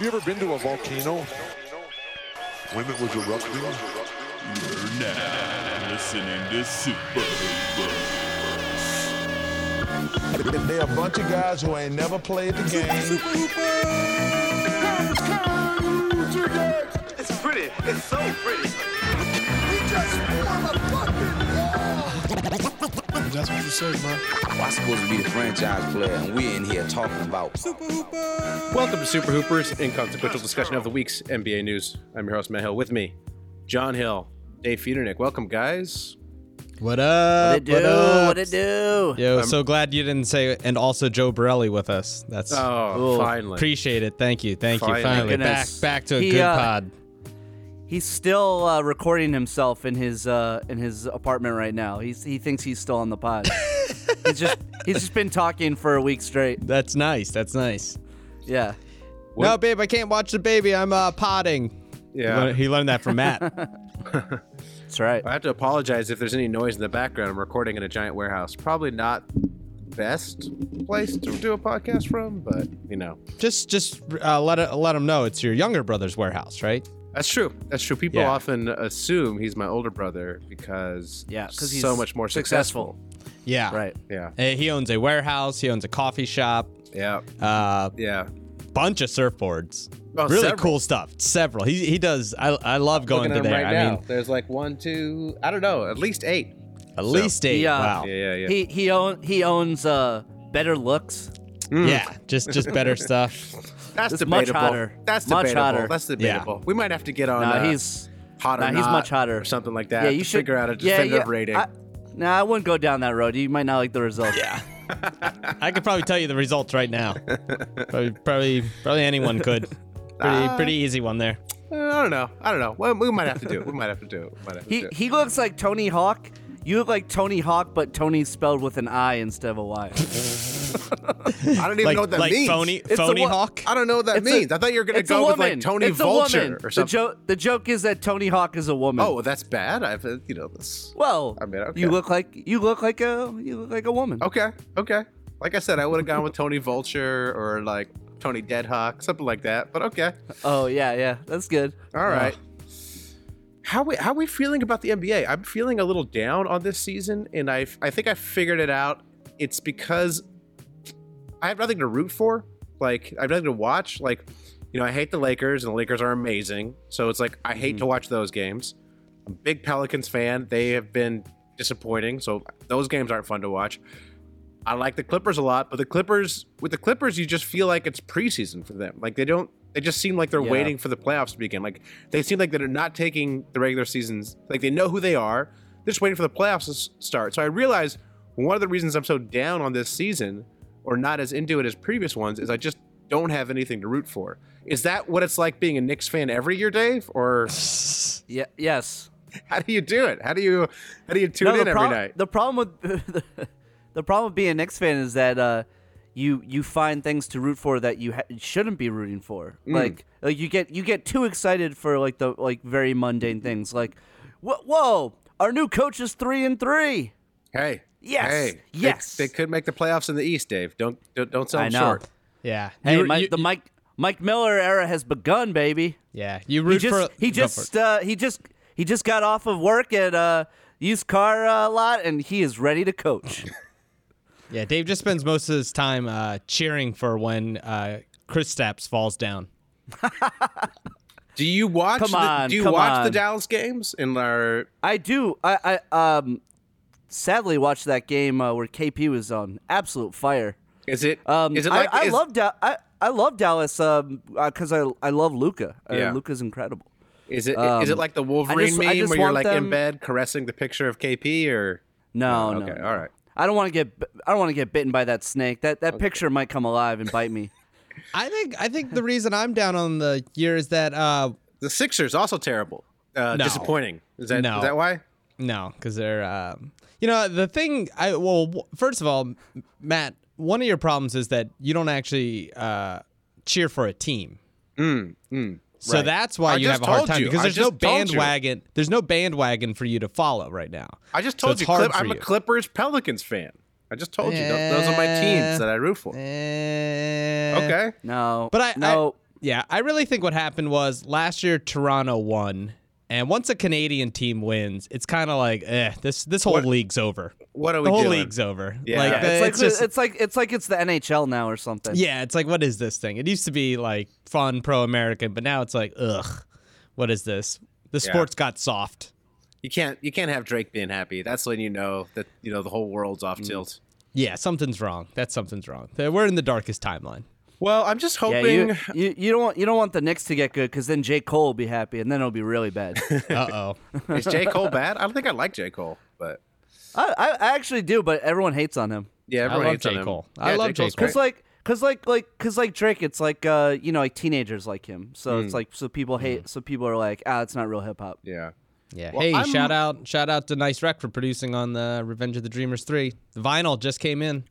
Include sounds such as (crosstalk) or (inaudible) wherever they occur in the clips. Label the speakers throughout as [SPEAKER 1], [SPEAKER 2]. [SPEAKER 1] you ever been to a volcano?
[SPEAKER 2] When it was erupting?
[SPEAKER 3] You're now listening to Super Hoopers.
[SPEAKER 4] They're a bunch of guys who ain't never played the game.
[SPEAKER 5] It's pretty. It's so pretty.
[SPEAKER 6] I'm supposed to be the franchise player, and we're in here talking about
[SPEAKER 7] Welcome to Super Hoopers, inconsequential discussion of the week's NBA news. I'm your host, Matt Hill. With me, John Hill, Dave Feudernick. Welcome, guys.
[SPEAKER 8] What up?
[SPEAKER 9] What it do?
[SPEAKER 8] What up?
[SPEAKER 9] What it do?
[SPEAKER 8] Yo, so glad you didn't say. And also Joe Borelli with us. That's
[SPEAKER 7] Oh, finally.
[SPEAKER 8] appreciate it. Thank you. Thank
[SPEAKER 7] Finally.
[SPEAKER 8] you. Finally, back
[SPEAKER 9] Goodness.
[SPEAKER 8] back to a
[SPEAKER 9] He,
[SPEAKER 8] good
[SPEAKER 9] uh,
[SPEAKER 8] pod.
[SPEAKER 9] He's still uh, recording himself in his uh, in his apartment right now. He's he thinks he's still on
[SPEAKER 7] (laughs)
[SPEAKER 9] the pod. he's just he's just been talking for a week straight.
[SPEAKER 8] That's nice. That's nice.
[SPEAKER 9] Yeah.
[SPEAKER 8] No, babe, I can't watch the baby. I'm uh, potting. He
[SPEAKER 7] yeah.
[SPEAKER 8] learned, he learned that from
[SPEAKER 9] (laughs)
[SPEAKER 8] Matt.
[SPEAKER 9] That's right.
[SPEAKER 7] I have to apologize if there's any noise in the background. I'm recording in a giant warehouse. Probably not best place to do a podcast from, but you know.
[SPEAKER 8] just just uh, let it, let him know it's your younger brother's warehouse, right?
[SPEAKER 7] That's true. That's true. People
[SPEAKER 8] Yeah.
[SPEAKER 7] often assume he's my older brother because
[SPEAKER 9] Yeah, 'cause he's
[SPEAKER 7] so much more successful.
[SPEAKER 8] Yeah.
[SPEAKER 9] Right.
[SPEAKER 7] Yeah.
[SPEAKER 8] Uh, He owns a warehouse. He owns a coffee shop.
[SPEAKER 7] Yeah.
[SPEAKER 8] Uh,
[SPEAKER 7] Yeah.
[SPEAKER 8] bunch of surfboards.
[SPEAKER 7] Oh,
[SPEAKER 8] really
[SPEAKER 7] several.
[SPEAKER 8] cool stuff. Several. He he does. I I love going
[SPEAKER 7] Looking
[SPEAKER 8] to
[SPEAKER 7] at him
[SPEAKER 8] there.
[SPEAKER 7] right
[SPEAKER 8] I
[SPEAKER 7] now.
[SPEAKER 8] mean,
[SPEAKER 7] there's like one, two, I don't know, at least eight.
[SPEAKER 8] at least eight.
[SPEAKER 9] Yeah.
[SPEAKER 8] Wow.
[SPEAKER 7] Yeah, yeah, yeah.
[SPEAKER 9] He he own he owns uh better looks.
[SPEAKER 8] Yeah, just just better stuff.
[SPEAKER 7] That's
[SPEAKER 9] It's much
[SPEAKER 7] debatable.
[SPEAKER 9] hotter.
[SPEAKER 7] That's
[SPEAKER 9] Much
[SPEAKER 7] debatable.
[SPEAKER 9] hotter.
[SPEAKER 7] That's
[SPEAKER 8] Yeah.
[SPEAKER 7] debatable. We might have to get on.
[SPEAKER 9] Nah,
[SPEAKER 7] uh,
[SPEAKER 9] he's
[SPEAKER 7] hot or
[SPEAKER 9] nah, he's
[SPEAKER 7] not
[SPEAKER 9] much hotter.
[SPEAKER 7] or something like that.
[SPEAKER 9] yeah,
[SPEAKER 7] to
[SPEAKER 9] you should
[SPEAKER 7] figure out a
[SPEAKER 9] yeah,
[SPEAKER 7] definitive
[SPEAKER 9] yeah.
[SPEAKER 7] rating.
[SPEAKER 9] I, nah, I wouldn't go down that road. You might not like the result.
[SPEAKER 8] Yeah. I could probably tell you the results right now. Probably probably probably anyone could. Pretty pretty easy one there.
[SPEAKER 7] Uh, I don't know. I don't know. Well, we might have to do it. We might have to do it. We might have to
[SPEAKER 9] He
[SPEAKER 7] do it.
[SPEAKER 9] he looks like Tony Hawk. You look like Tony Hawk, but Tony's spelled with an I instead of a Y.
[SPEAKER 7] I don't even
[SPEAKER 8] Like
[SPEAKER 7] know what that
[SPEAKER 8] like
[SPEAKER 7] means.
[SPEAKER 8] phony
[SPEAKER 9] a
[SPEAKER 8] phony
[SPEAKER 9] wo-
[SPEAKER 8] hawk.
[SPEAKER 7] I don't know what that
[SPEAKER 9] It's a-
[SPEAKER 7] means. I thought you were gonna
[SPEAKER 9] it's a
[SPEAKER 7] go with like
[SPEAKER 9] woman.
[SPEAKER 7] Tony
[SPEAKER 9] It's a
[SPEAKER 7] Vulture
[SPEAKER 9] woman.
[SPEAKER 7] or something.
[SPEAKER 9] The joke the joke is that Tony Hawk is a woman.
[SPEAKER 7] oh, well, that's bad. I've uh, you know this.
[SPEAKER 9] well,
[SPEAKER 7] I mean, okay. Oh.
[SPEAKER 9] you look like you look like a you look like a woman.
[SPEAKER 7] Okay, okay. Like I said, I would have gone with Tony Vulture or like Tony Deadhawk, something like that. But okay,
[SPEAKER 9] Oh yeah, yeah, that's good.
[SPEAKER 7] all right. How we how we feeling about the NBA? I'm feeling a little down on this season, and I I think I figured it out. It's because I have nothing to root for. Like I have nothing to watch. Like you know, I hate the Lakers, and the Lakers are amazing. So it's like I hate to watch those games. I'm a big Pelicans fan. They have been disappointing, so those games aren't fun to watch. I like the Clippers a lot, but the Clippers with the Clippers, you just feel like it's preseason for them. Like they don't. They just seem like they're
[SPEAKER 9] Yeah.
[SPEAKER 7] waiting for the playoffs to begin. Like they seem like they're not taking the regular seasons. Like they know who they are. They're just waiting for the playoffs to s- start. So I realized one of the reasons I'm so down on this season, or not as into it as previous ones, is I just don't have anything to root for. Is that what it's like being a Knicks fan every year, Dave? Or
[SPEAKER 9] Yeah, yes.
[SPEAKER 7] (laughs) how do you do it? How do you how do you tune
[SPEAKER 9] No,
[SPEAKER 7] in
[SPEAKER 9] the
[SPEAKER 7] every
[SPEAKER 9] prob-
[SPEAKER 7] night?
[SPEAKER 9] The problem with (laughs) the, problem with being a Knicks fan is that uh, you you find things to root for that you ha- shouldn't be rooting for.
[SPEAKER 7] Mm.
[SPEAKER 9] Like like you get you get too excited for like the like very mundane things. Like wh- whoa, our new coach is three and three.
[SPEAKER 7] Hey.
[SPEAKER 9] Yes.
[SPEAKER 7] Hey. They-
[SPEAKER 9] Yes.
[SPEAKER 7] They, could make the playoffs in the East, Dave. Don't don't, don't sell
[SPEAKER 9] I
[SPEAKER 7] them
[SPEAKER 9] know.
[SPEAKER 7] short.
[SPEAKER 8] Yeah.
[SPEAKER 9] Hey,
[SPEAKER 8] You-
[SPEAKER 9] Mike,
[SPEAKER 8] you-
[SPEAKER 9] the Mike Mike Miller era has begun, baby.
[SPEAKER 8] yeah. You
[SPEAKER 9] He
[SPEAKER 8] root
[SPEAKER 9] just
[SPEAKER 8] for
[SPEAKER 9] he
[SPEAKER 8] go for it.
[SPEAKER 9] just uh, he just he just got off of work at uh, used car uh, lot, and he is ready
[SPEAKER 8] (laughs)
[SPEAKER 9] to coach.
[SPEAKER 8] Yeah, Dave just spends most of his time uh, cheering for when uh, Chris Stapps falls down.
[SPEAKER 7] Do you watch
[SPEAKER 9] Come
[SPEAKER 7] the,
[SPEAKER 9] on,
[SPEAKER 7] do you
[SPEAKER 9] come
[SPEAKER 7] watch the
[SPEAKER 9] on.
[SPEAKER 7] Dallas games in our
[SPEAKER 9] I do. I, I um, sadly watched that game uh, where KP was on absolute fire.
[SPEAKER 7] is it
[SPEAKER 9] Um,
[SPEAKER 7] is it
[SPEAKER 9] I-
[SPEAKER 7] like
[SPEAKER 9] I,
[SPEAKER 7] is-
[SPEAKER 9] love da- I, I love Dallas because I I love Luca. Uh,
[SPEAKER 7] Yeah.
[SPEAKER 9] Luca's incredible.
[SPEAKER 7] is it is it
[SPEAKER 9] um,
[SPEAKER 7] like the
[SPEAKER 9] I
[SPEAKER 7] Wolverine
[SPEAKER 9] just- I
[SPEAKER 7] meme
[SPEAKER 9] just
[SPEAKER 7] where you're
[SPEAKER 9] want
[SPEAKER 7] like in
[SPEAKER 9] them-
[SPEAKER 7] bed caressing the picture of KP or
[SPEAKER 9] No,
[SPEAKER 8] Oh,
[SPEAKER 9] no.
[SPEAKER 7] Okay, all right.
[SPEAKER 9] I don't want to get bi- I don't want to get bitten by that snake. That that picture might come alive and
[SPEAKER 8] (laughs)
[SPEAKER 9] bite me.
[SPEAKER 8] I think I think the reason I'm down on the year is that uh,
[SPEAKER 7] The Sixers also terrible. Uh,
[SPEAKER 8] No.
[SPEAKER 7] disappointing. Is that
[SPEAKER 8] No.
[SPEAKER 7] is that why?
[SPEAKER 8] No, because they're, um, you know, the thing. I well, w- first of all, M- Matt, one of your problems is that you don't actually uh, cheer for a team. So that's why
[SPEAKER 7] Mm, I
[SPEAKER 8] you
[SPEAKER 7] just
[SPEAKER 8] have a hard
[SPEAKER 7] told
[SPEAKER 8] time
[SPEAKER 7] you.
[SPEAKER 8] because
[SPEAKER 7] I
[SPEAKER 8] there's no
[SPEAKER 7] just told you.
[SPEAKER 8] bandwagon. There's no bandwagon for you to follow right now.
[SPEAKER 7] I just
[SPEAKER 8] So
[SPEAKER 7] told
[SPEAKER 8] it's
[SPEAKER 7] you,
[SPEAKER 8] hard
[SPEAKER 7] Clip,
[SPEAKER 8] for
[SPEAKER 7] I'm a
[SPEAKER 8] you.
[SPEAKER 7] Clippers Pelicans fan. I just told you tho- those are my teams that I root for.
[SPEAKER 8] Eh,
[SPEAKER 7] Okay.
[SPEAKER 9] No,
[SPEAKER 8] But I-
[SPEAKER 9] no.
[SPEAKER 8] I- Yeah, I really think what happened was last year Toronto won, and once a Canadian team wins, it's kind of like, eh, this this whole league's over.
[SPEAKER 7] What are we
[SPEAKER 8] the whole
[SPEAKER 7] doing?
[SPEAKER 8] league's over.
[SPEAKER 7] Yeah.
[SPEAKER 8] like,
[SPEAKER 7] Yeah,
[SPEAKER 8] the-
[SPEAKER 9] It's like
[SPEAKER 8] it's
[SPEAKER 9] the-
[SPEAKER 8] just
[SPEAKER 9] it's like it's like it's the NHL now or something.
[SPEAKER 8] yeah, it's like what is this thing? It used to be like fun, pro-American, but now it's like, ugh, what is this? The sports got soft.
[SPEAKER 7] You can't you can't have Drake being happy. That's when you know that you know the whole world's off
[SPEAKER 8] Mm.
[SPEAKER 7] tilt.
[SPEAKER 8] Yeah, something's wrong. That's something's wrong. We're in the darkest
[SPEAKER 7] (laughs)
[SPEAKER 8] timeline.
[SPEAKER 7] Well, I'm just
[SPEAKER 9] Yeah,
[SPEAKER 7] hoping
[SPEAKER 9] you, you you don't want you don't want the Knicks to get good because then J Cole will be happy and then it'll be really bad.
[SPEAKER 8] Uh oh.
[SPEAKER 7] (laughs) is J Cole bad? I don't think I like J Cole, but
[SPEAKER 9] I, I I actually do, but everyone hates on him.
[SPEAKER 7] yeah, everyone
[SPEAKER 8] love
[SPEAKER 7] hates on
[SPEAKER 8] J.
[SPEAKER 7] him.
[SPEAKER 8] Cole.
[SPEAKER 7] Yeah,
[SPEAKER 8] I love J.
[SPEAKER 7] Cole's
[SPEAKER 8] Cole.
[SPEAKER 9] Cause like, cause like, like, cause like Drake, it's like, uh, you know, like teenagers like him. So it's like, so people hate, so people are like, ah, it's not real hip hop.
[SPEAKER 7] great. Yeah.
[SPEAKER 8] Yeah.
[SPEAKER 7] Well,
[SPEAKER 8] hey,
[SPEAKER 7] I'm-
[SPEAKER 8] shout out shout out to Nice Rec for producing on the Revenge of the Dreamers 3. The vinyl just came in.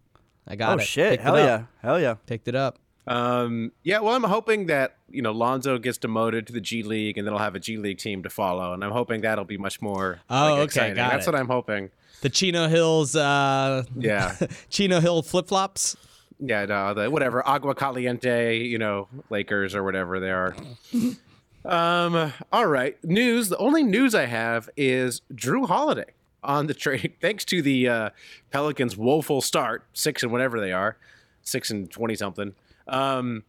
[SPEAKER 8] I got
[SPEAKER 9] Oh
[SPEAKER 8] it.
[SPEAKER 9] shit!
[SPEAKER 8] Picked it
[SPEAKER 9] Hell
[SPEAKER 8] up.
[SPEAKER 9] yeah! Hell yeah!
[SPEAKER 8] Picked it up.
[SPEAKER 7] Um, yeah, well, I'm hoping that you know Lonzo gets demoted to the G League, and then I'll have a G League team to follow, and I'm hoping that'll be much more.
[SPEAKER 8] Oh,
[SPEAKER 7] like,
[SPEAKER 8] okay,
[SPEAKER 7] exciting.
[SPEAKER 8] got
[SPEAKER 7] That's
[SPEAKER 8] it.
[SPEAKER 7] what I'm hoping.
[SPEAKER 8] The Chino Hills uh
[SPEAKER 7] Yeah,
[SPEAKER 8] (laughs) Chino Hill flip-flops.
[SPEAKER 7] yeah, no, the, whatever Agua Caliente, you know, Lakers or whatever they are. um, all right, news. The only news I have is Drew Holiday on the trade, (laughs) thanks to the uh, Pelicans' woeful start, six and whatever they are, six and twenty something. Um,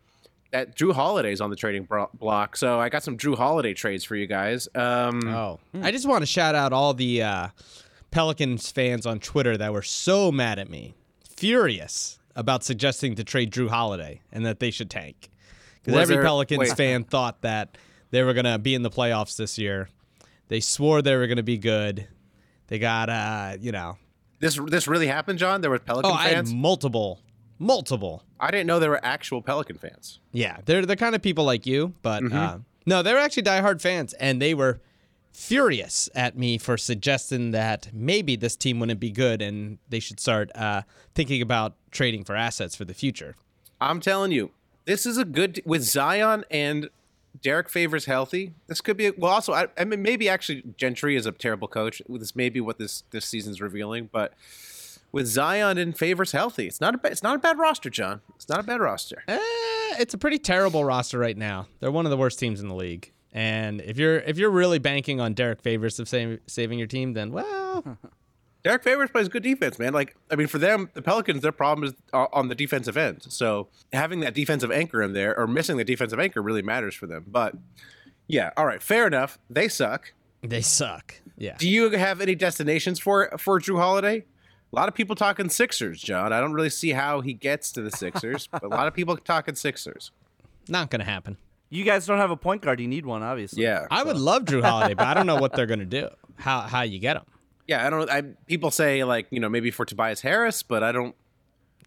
[SPEAKER 7] that Drew Holiday's on the trading bro- block. So I got some Drew Holiday trades for you guys. Um,
[SPEAKER 8] Oh. I just want to shout out all the uh Pelicans fans on Twitter that were so mad at me. Furious about suggesting to trade Drew Holiday and that they should tank. Because
[SPEAKER 7] Was
[SPEAKER 8] every
[SPEAKER 7] there-
[SPEAKER 8] Pelicans
[SPEAKER 7] wait.
[SPEAKER 8] fan thought that they were gonna be in the playoffs this year. They swore they were gonna be good. They got uh, you know,
[SPEAKER 7] This this really happened, John. There were Pelican
[SPEAKER 8] oh, I
[SPEAKER 7] fans.
[SPEAKER 8] had multiple, multiple.
[SPEAKER 7] I didn't know there were actual Pelican fans.
[SPEAKER 8] Yeah, they're the kind of people like you, but
[SPEAKER 7] Mm-hmm.
[SPEAKER 8] uh, no, they were actually diehard fans, and they were furious at me for suggesting that maybe this team wouldn't be good, and they should start uh, thinking about trading for assets for the future.
[SPEAKER 7] I'm telling you, this is a good with Zion and Derek Favors healthy. This could be a, well. Also, I, I mean, maybe actually Gentry is a terrible coach. This may be what this this season's revealing, but. With Zion and Favors healthy, it's not a ba- it's not a bad roster, John. It's not a bad roster.
[SPEAKER 8] Eh, it's a pretty terrible roster right now. They're one of the worst teams in the league. And if you're if you're really banking on Derek Favors of saving saving your team, then
[SPEAKER 7] (laughs)
[SPEAKER 8] well,
[SPEAKER 7] Derek Favors plays good defense, man. Like, I mean, for them, the Pelicans, their problem is uh, on the defensive end. So having that defensive anchor in there or missing the defensive anchor really matters for them. But yeah, all right, fair enough. They suck.
[SPEAKER 8] they suck. Yeah.
[SPEAKER 7] Do you have any destinations for for Drew Holiday? A lot of people talking Sixers, John. I don't really see how he gets to the Sixers, but a lot of people talking Sixers.
[SPEAKER 8] Not gonna happen.
[SPEAKER 9] You guys don't have a point guard. You need one, obviously.
[SPEAKER 7] Yeah,
[SPEAKER 8] I would love Drew Holiday, but I don't
[SPEAKER 7] (laughs)
[SPEAKER 8] know what they're gonna do. How how you get him?
[SPEAKER 7] yeah. I don't. I people say like you know maybe for Tobias Harris, but I don't.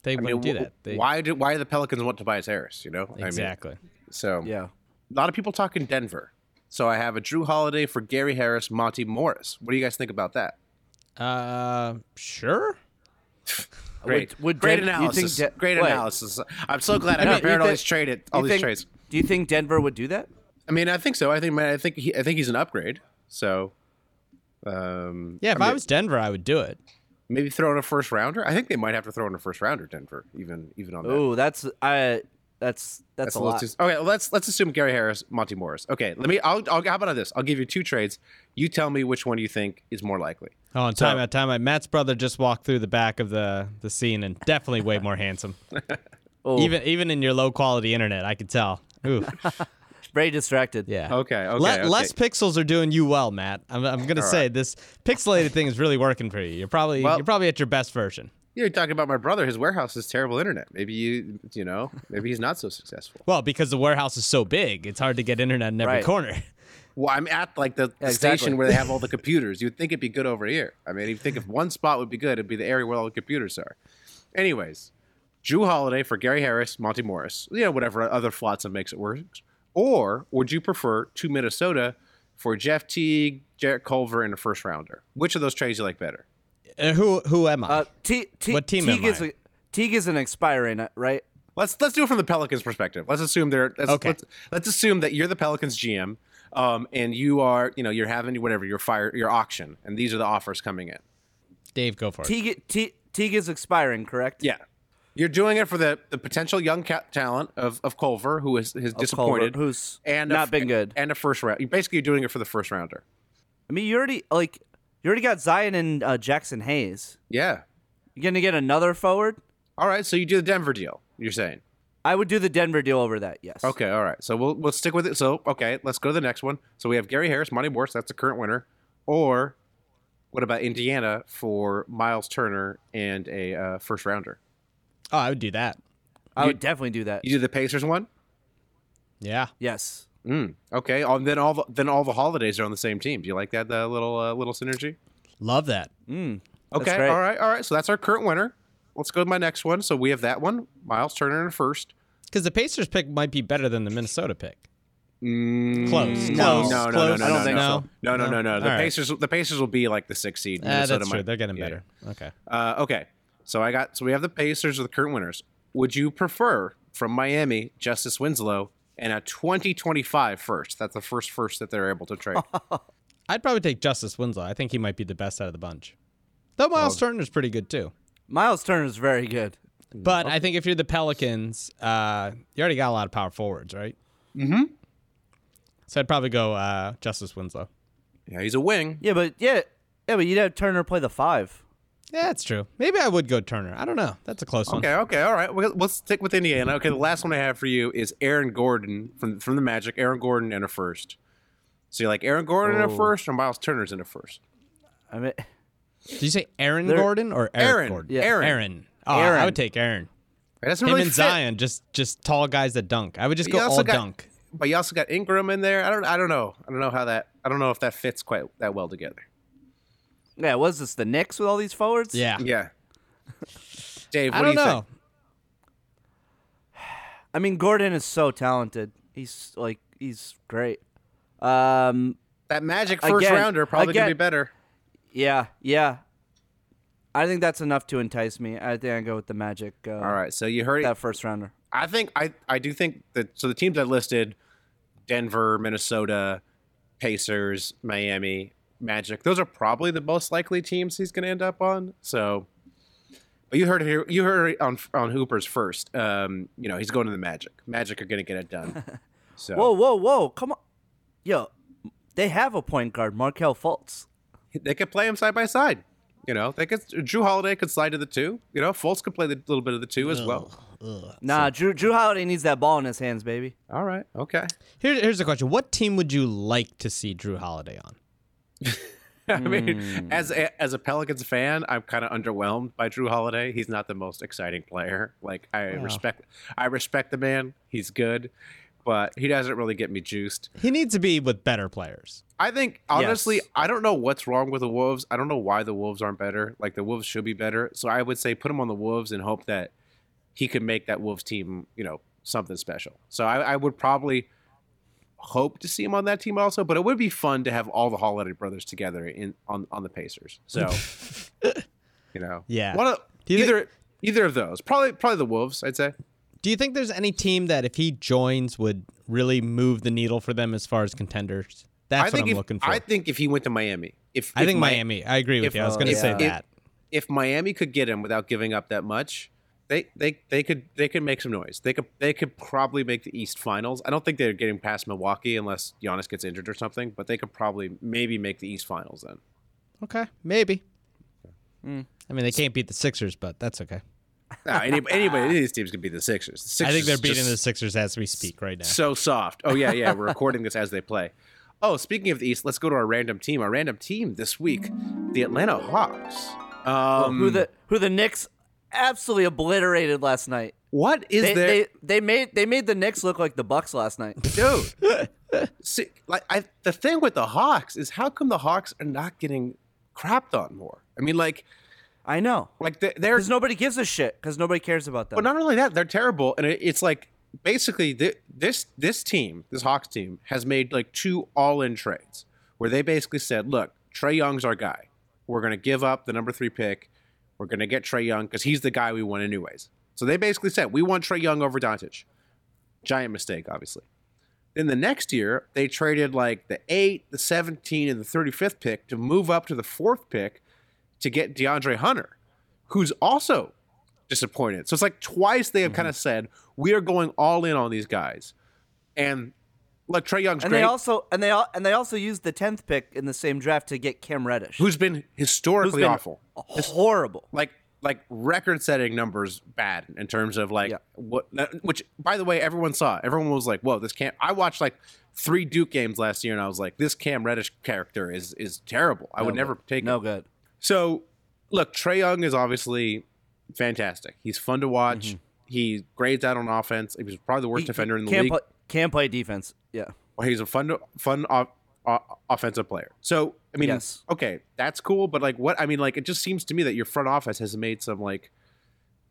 [SPEAKER 8] They
[SPEAKER 7] I mean,
[SPEAKER 8] wouldn't do
[SPEAKER 7] wh-
[SPEAKER 8] that. They,
[SPEAKER 7] why do why do the Pelicans want Tobias Harris? You know I mean,
[SPEAKER 8] Exactly.
[SPEAKER 7] so
[SPEAKER 9] Yeah.
[SPEAKER 7] a lot of people talking Denver. So I have a Drew Holiday for Gary Harris, Monty Morris. What do you guys think about that?
[SPEAKER 8] Uh, sure.
[SPEAKER 9] Would- would
[SPEAKER 7] great
[SPEAKER 9] Den- you
[SPEAKER 7] analysis.
[SPEAKER 9] think De-
[SPEAKER 7] great
[SPEAKER 9] wait.
[SPEAKER 7] analysis. I'm so glad I,
[SPEAKER 9] mean,
[SPEAKER 7] prepared
[SPEAKER 9] you
[SPEAKER 7] all
[SPEAKER 9] thi-
[SPEAKER 7] these trade
[SPEAKER 9] Do
[SPEAKER 7] all
[SPEAKER 9] you
[SPEAKER 7] these
[SPEAKER 9] think-
[SPEAKER 7] trades.
[SPEAKER 9] Do you think Denver would do that?
[SPEAKER 7] I mean, I think so. I think I think he, I think he's an upgrade. So, um,
[SPEAKER 8] Yeah, if
[SPEAKER 7] mean-
[SPEAKER 8] I was Denver, I would do it.
[SPEAKER 7] maybe throw in a first rounder. I think they might have to throw in a first rounder, Denver, even even on that.
[SPEAKER 9] Oh, that's I. That's that's, a
[SPEAKER 7] little
[SPEAKER 9] lot.
[SPEAKER 7] too- okay, well, let's let's assume Gary Harris, Monty Morris. Okay, let me. I'll, I'll how about this? I'll give you two trades. You tell me which one you think is more likely.
[SPEAKER 8] Oh, and time out, time out. Matt's brother just walked through the back of the the scene and definitely way
[SPEAKER 7] (laughs)
[SPEAKER 8] more handsome.
[SPEAKER 9] Oh,
[SPEAKER 8] Even even in your low quality internet, I could tell.
[SPEAKER 7] (laughs)
[SPEAKER 8] Ooh,
[SPEAKER 9] very distracted.
[SPEAKER 8] yeah.
[SPEAKER 7] Okay, okay,
[SPEAKER 8] Le-
[SPEAKER 7] okay.
[SPEAKER 8] Less pixels are doing you well, Matt. I'm, I'm gonna say this pixelated thing is really working for you. You're probably
[SPEAKER 7] Well-
[SPEAKER 8] you're probably at your best version.
[SPEAKER 7] You're talking about my brother. His warehouse is terrible internet. Maybe you you know maybe he's not so successful.
[SPEAKER 8] Well, because the warehouse is so big, it's hard to get internet in every
[SPEAKER 9] Right.
[SPEAKER 8] corner. (laughs)
[SPEAKER 7] Well, I'm at like the the
[SPEAKER 9] exactly.
[SPEAKER 7] station where they have all the computers. You'd think it'd be good over here. I mean, you'd think if one spot would be good, it'd be the area where all the computers are. Anyways, Drew Holiday for Gary Harris, Monty Morris, you know, whatever other flotsam makes it work. Or would you prefer to Minnesota for Jeff Teague, Jarrett Culver, and a first rounder? Which of those trades you like better?
[SPEAKER 8] Uh, who who am I?
[SPEAKER 9] Uh, T- T-
[SPEAKER 8] What team
[SPEAKER 9] Teague
[SPEAKER 8] am
[SPEAKER 9] is
[SPEAKER 8] I?
[SPEAKER 9] a- Teague is an expiring, uh, right?
[SPEAKER 7] Let's let's do it from the Pelicans' perspective. Let's assume they're let's,
[SPEAKER 8] Okay.
[SPEAKER 7] Let's, let's assume that you're the Pelicans GM, um, and you are you know you're having whatever your fire your auction, and these are the offers coming in.
[SPEAKER 8] Dave, go for it.
[SPEAKER 9] Teague, Te- Teague is expiring, correct?
[SPEAKER 7] Yeah. You're doing it for the, the potential young ca- talent of, of Culver, who is has disappointed,
[SPEAKER 9] Culver, who's
[SPEAKER 7] a
[SPEAKER 9] not
[SPEAKER 7] f-
[SPEAKER 9] been good.
[SPEAKER 7] and a first round. You're basically doing it for the first rounder.
[SPEAKER 9] I mean, you already like you already got Zion and uh, Jackson Hayes.
[SPEAKER 7] Yeah.
[SPEAKER 9] You're gonna get another forward.
[SPEAKER 7] All right. So you do the Denver deal. You're saying
[SPEAKER 9] I would do the Denver deal over that. Yes.
[SPEAKER 7] okay. All right. So we'll we'll stick with it. So okay, let's go to the next one. So we have Gary Harris, Monty Morse. That's the current winner. Or what about Indiana for Miles Turner and a uh, first rounder?
[SPEAKER 8] Oh, I would do that.
[SPEAKER 9] I would definitely do that.
[SPEAKER 7] You do the Pacers one.
[SPEAKER 8] Yeah.
[SPEAKER 9] yes.
[SPEAKER 7] Mm, okay. Oh, then all the, then all the holidays are on the same team. Do you like that, that little uh, little synergy?
[SPEAKER 8] Love that.
[SPEAKER 7] Okay.
[SPEAKER 9] great.
[SPEAKER 7] All right. All right. So that's our current winner. Let's go to my next one. So we have that one, Miles Turner in first.
[SPEAKER 8] Because the Pacers pick might be better than the Minnesota pick. close.
[SPEAKER 7] Mm, No,
[SPEAKER 8] close.
[SPEAKER 7] no, no,
[SPEAKER 8] close.
[SPEAKER 7] no, no,
[SPEAKER 8] I
[SPEAKER 7] no,
[SPEAKER 8] don't think
[SPEAKER 7] no.
[SPEAKER 8] so.
[SPEAKER 7] No, no, no, no. The
[SPEAKER 8] All right.
[SPEAKER 7] Pacers, the Pacers will be like the sixth seed.
[SPEAKER 8] Ah,
[SPEAKER 7] Minnesota
[SPEAKER 8] that's
[SPEAKER 7] might-
[SPEAKER 8] true. They're getting
[SPEAKER 7] Yeah,
[SPEAKER 8] better. Okay.
[SPEAKER 7] yeah. Uh, okay, so I got so we have the Pacers are the current winners. Would you prefer from Miami Justice Winslow and a 2025 first? That's the first first that they're able to
[SPEAKER 8] (laughs)
[SPEAKER 7] trade.
[SPEAKER 8] I'd probably take Justice Winslow. I think he might be the best out of the bunch. Though Miles
[SPEAKER 7] Oh.
[SPEAKER 8] Turner's pretty good too.
[SPEAKER 9] Miles Turner's very good.
[SPEAKER 8] But I think if you're the Pelicans, uh, you already got a lot of power forwards, right? Mm-hmm. So I'd probably go uh, Justice Winslow.
[SPEAKER 7] yeah, he's a wing.
[SPEAKER 9] Yeah, but yeah, yeah, but you'd have Turner play the five.
[SPEAKER 8] Yeah, that's true. Maybe I would go Turner. I don't know. That's a close one.
[SPEAKER 7] Okay, okay, all right. We'll, let's stick with Indiana. Okay, the last one I have for you is Aaron Gordon from from the Magic. Aaron Gordon and a first. So you like Aaron Gordon
[SPEAKER 8] Oh.
[SPEAKER 7] in a first or Miles Turner's in a first?
[SPEAKER 9] I mean, (laughs)
[SPEAKER 8] Did you say Aaron Gordon or Eric
[SPEAKER 7] Aaron,
[SPEAKER 8] Gordon?
[SPEAKER 7] yeah. Aaron.
[SPEAKER 8] Aaron. Oh, I
[SPEAKER 9] Aaron.
[SPEAKER 8] would take Aaron.
[SPEAKER 7] It doesn't
[SPEAKER 8] Him
[SPEAKER 7] really
[SPEAKER 8] and
[SPEAKER 7] fit.
[SPEAKER 8] Zion, just just tall guys that dunk. I would just
[SPEAKER 7] But
[SPEAKER 8] go
[SPEAKER 7] you also
[SPEAKER 8] all
[SPEAKER 7] got-
[SPEAKER 8] dunk.
[SPEAKER 7] But you also got Ingram in there. I don't. I don't know. I don't know how that. I don't know if that fits quite that well together.
[SPEAKER 9] yeah, was this the Knicks with all these forwards?
[SPEAKER 8] Yeah.
[SPEAKER 7] Yeah. Dave, what
[SPEAKER 8] I don't
[SPEAKER 7] do you
[SPEAKER 8] know.
[SPEAKER 7] think?
[SPEAKER 9] I mean, Gordon is so talented. He's like he's great. Um,
[SPEAKER 7] That Magic first
[SPEAKER 9] Again,
[SPEAKER 7] rounder probably gonna be
[SPEAKER 9] again.
[SPEAKER 7] better.
[SPEAKER 9] yeah, yeah. I think that's enough to entice me. I think I go with the Magic. Uh,
[SPEAKER 7] All right. So you heard it.
[SPEAKER 9] that first rounder.
[SPEAKER 7] I think I. I do think that. So the teams I listed: Denver, Minnesota, Pacers, Miami, Magic. Those are probably the most likely teams he's gonna end up on. So. But you heard it here. You heard it on on Hooper's first. Um, you know he's going to the Magic. Magic are going to get it done. So
[SPEAKER 9] Whoa, whoa, whoa! Come on, yo, they have a point guard, Markel Fultz.
[SPEAKER 7] they could play him side by side. You know, they could Drew Holiday could slide to the two. You know, Fultz could play the little bit of the two as well.
[SPEAKER 9] Nah, Drew Drew Holiday needs that ball in his hands, baby.
[SPEAKER 7] All right, okay.
[SPEAKER 8] Here, here's the question: What team would you like to see Drew Holiday on?
[SPEAKER 7] (laughs) I mean, as a, as a Pelicans fan, I'm kind of underwhelmed by Drew Holiday. He's not the most exciting player. Like I respect, I respect the man. He's good, but he doesn't really get me juiced.
[SPEAKER 8] He needs to be with better players.
[SPEAKER 7] I think honestly,
[SPEAKER 9] Yes.
[SPEAKER 7] I don't know what's wrong with the Wolves. I don't know why the Wolves aren't better. Like the Wolves should be better. So I would say put him on the Wolves and hope that he can make that Wolves team, you know, something special. So I, I would probably hope to see him on that team also. But it would be fun to have all the Holiday brothers together in on on the Pacers.
[SPEAKER 8] (laughs)
[SPEAKER 7] So you know,
[SPEAKER 8] Yeah.
[SPEAKER 7] one of,
[SPEAKER 8] Do you thi-
[SPEAKER 7] either either of those, probably probably the Wolves. I'd say.
[SPEAKER 8] Do you think there's any team that if he joins would really move the needle for them as far as contenders? That's
[SPEAKER 7] I think
[SPEAKER 8] what I'm
[SPEAKER 7] if,
[SPEAKER 8] looking for.
[SPEAKER 7] I
[SPEAKER 8] I,
[SPEAKER 7] think if he went to Miami, if if
[SPEAKER 8] think
[SPEAKER 7] Mi-
[SPEAKER 8] Miami. I agree with
[SPEAKER 7] if- uh,
[SPEAKER 8] you. I was going to
[SPEAKER 7] if-
[SPEAKER 8] say
[SPEAKER 7] if-
[SPEAKER 8] that.
[SPEAKER 7] if Miami could get him without giving up that much, they they they could they could make some noise. They could they could probably make the East Finals. I don't think they're getting past Milwaukee unless Giannis gets injured or something, but they could probably maybe make the East Finals then.
[SPEAKER 8] okay, maybe. I mean, they can't beat the Sixers, but that's okay.
[SPEAKER 7] Now, Ah,
[SPEAKER 8] (laughs)
[SPEAKER 7] any, anybody, any of these teams could be the Sixers. The
[SPEAKER 8] I
[SPEAKER 7] Sixers
[SPEAKER 8] think they're
[SPEAKER 7] is
[SPEAKER 8] beating
[SPEAKER 7] just
[SPEAKER 8] the Sixers as we speak right now.
[SPEAKER 7] So soft. Oh yeah,
[SPEAKER 8] (laughs)
[SPEAKER 7] yeah. We're recording this as they play. Oh, speaking of the East, let's go to our random team. Our random team this week, the Atlanta Hawks. Um,
[SPEAKER 9] who the who the Knicks absolutely obliterated last night.
[SPEAKER 7] what is
[SPEAKER 9] They,
[SPEAKER 7] there?
[SPEAKER 9] they they made they made the Knicks look like the Bucks
[SPEAKER 7] (laughs)
[SPEAKER 9] last night.
[SPEAKER 7] dude. See, like I, the thing with the Hawks is how come the Hawks are not getting crapped on more? I mean, like,
[SPEAKER 9] I know,
[SPEAKER 7] like they- they're
[SPEAKER 9] because nobody gives a shit, because nobody cares about them.
[SPEAKER 7] but not only that, they're terrible, and it, it's like basically thi- this this team, this Hawks team, has made like two all-in trades where they basically said, "Look, Trey Young's our guy. We're gonna give up the number three pick. We're gonna get Trey Young because he's the guy we want anyways." So they basically said, "We want Trey Young over Doncic." Giant mistake, obviously. Then the next year, they traded like the eight, the seventeen, and the thirty-fifth pick to move up to the fourth pick to get DeAndre Hunter, who's also disappointed. So it's like twice they have
[SPEAKER 9] Mm-hmm.
[SPEAKER 7] kind of said we are going all in on these guys, and like Trey Young's
[SPEAKER 9] And
[SPEAKER 7] great,
[SPEAKER 9] they also and they al- and they also used the tenth pick in the same draft to get Cam Reddish,
[SPEAKER 7] who's been historically
[SPEAKER 9] who's been
[SPEAKER 7] awful,
[SPEAKER 9] horrible.
[SPEAKER 7] like like record-setting numbers bad in terms of like
[SPEAKER 9] Yeah.
[SPEAKER 7] what. uh, Which by the way, everyone saw. Everyone was like, "Whoa, this can't." I watched like three Duke games last year, and I was like, "This Cam Reddish character is is terrible. I would never take him."
[SPEAKER 9] No good.
[SPEAKER 7] So, look, Trey Young is obviously fantastic. He's fun to watch.
[SPEAKER 9] Mm-hmm.
[SPEAKER 7] He grades out on offense. He was probably the worst defender in the
[SPEAKER 9] can't
[SPEAKER 7] league.
[SPEAKER 9] Play, can't play defense. Yeah.
[SPEAKER 7] Well, he's a fun, fun off, o- offensive player. So, I mean,
[SPEAKER 9] Yes.
[SPEAKER 7] okay, that's cool. But like, what? I mean, like, it just seems to me that your front office has made some like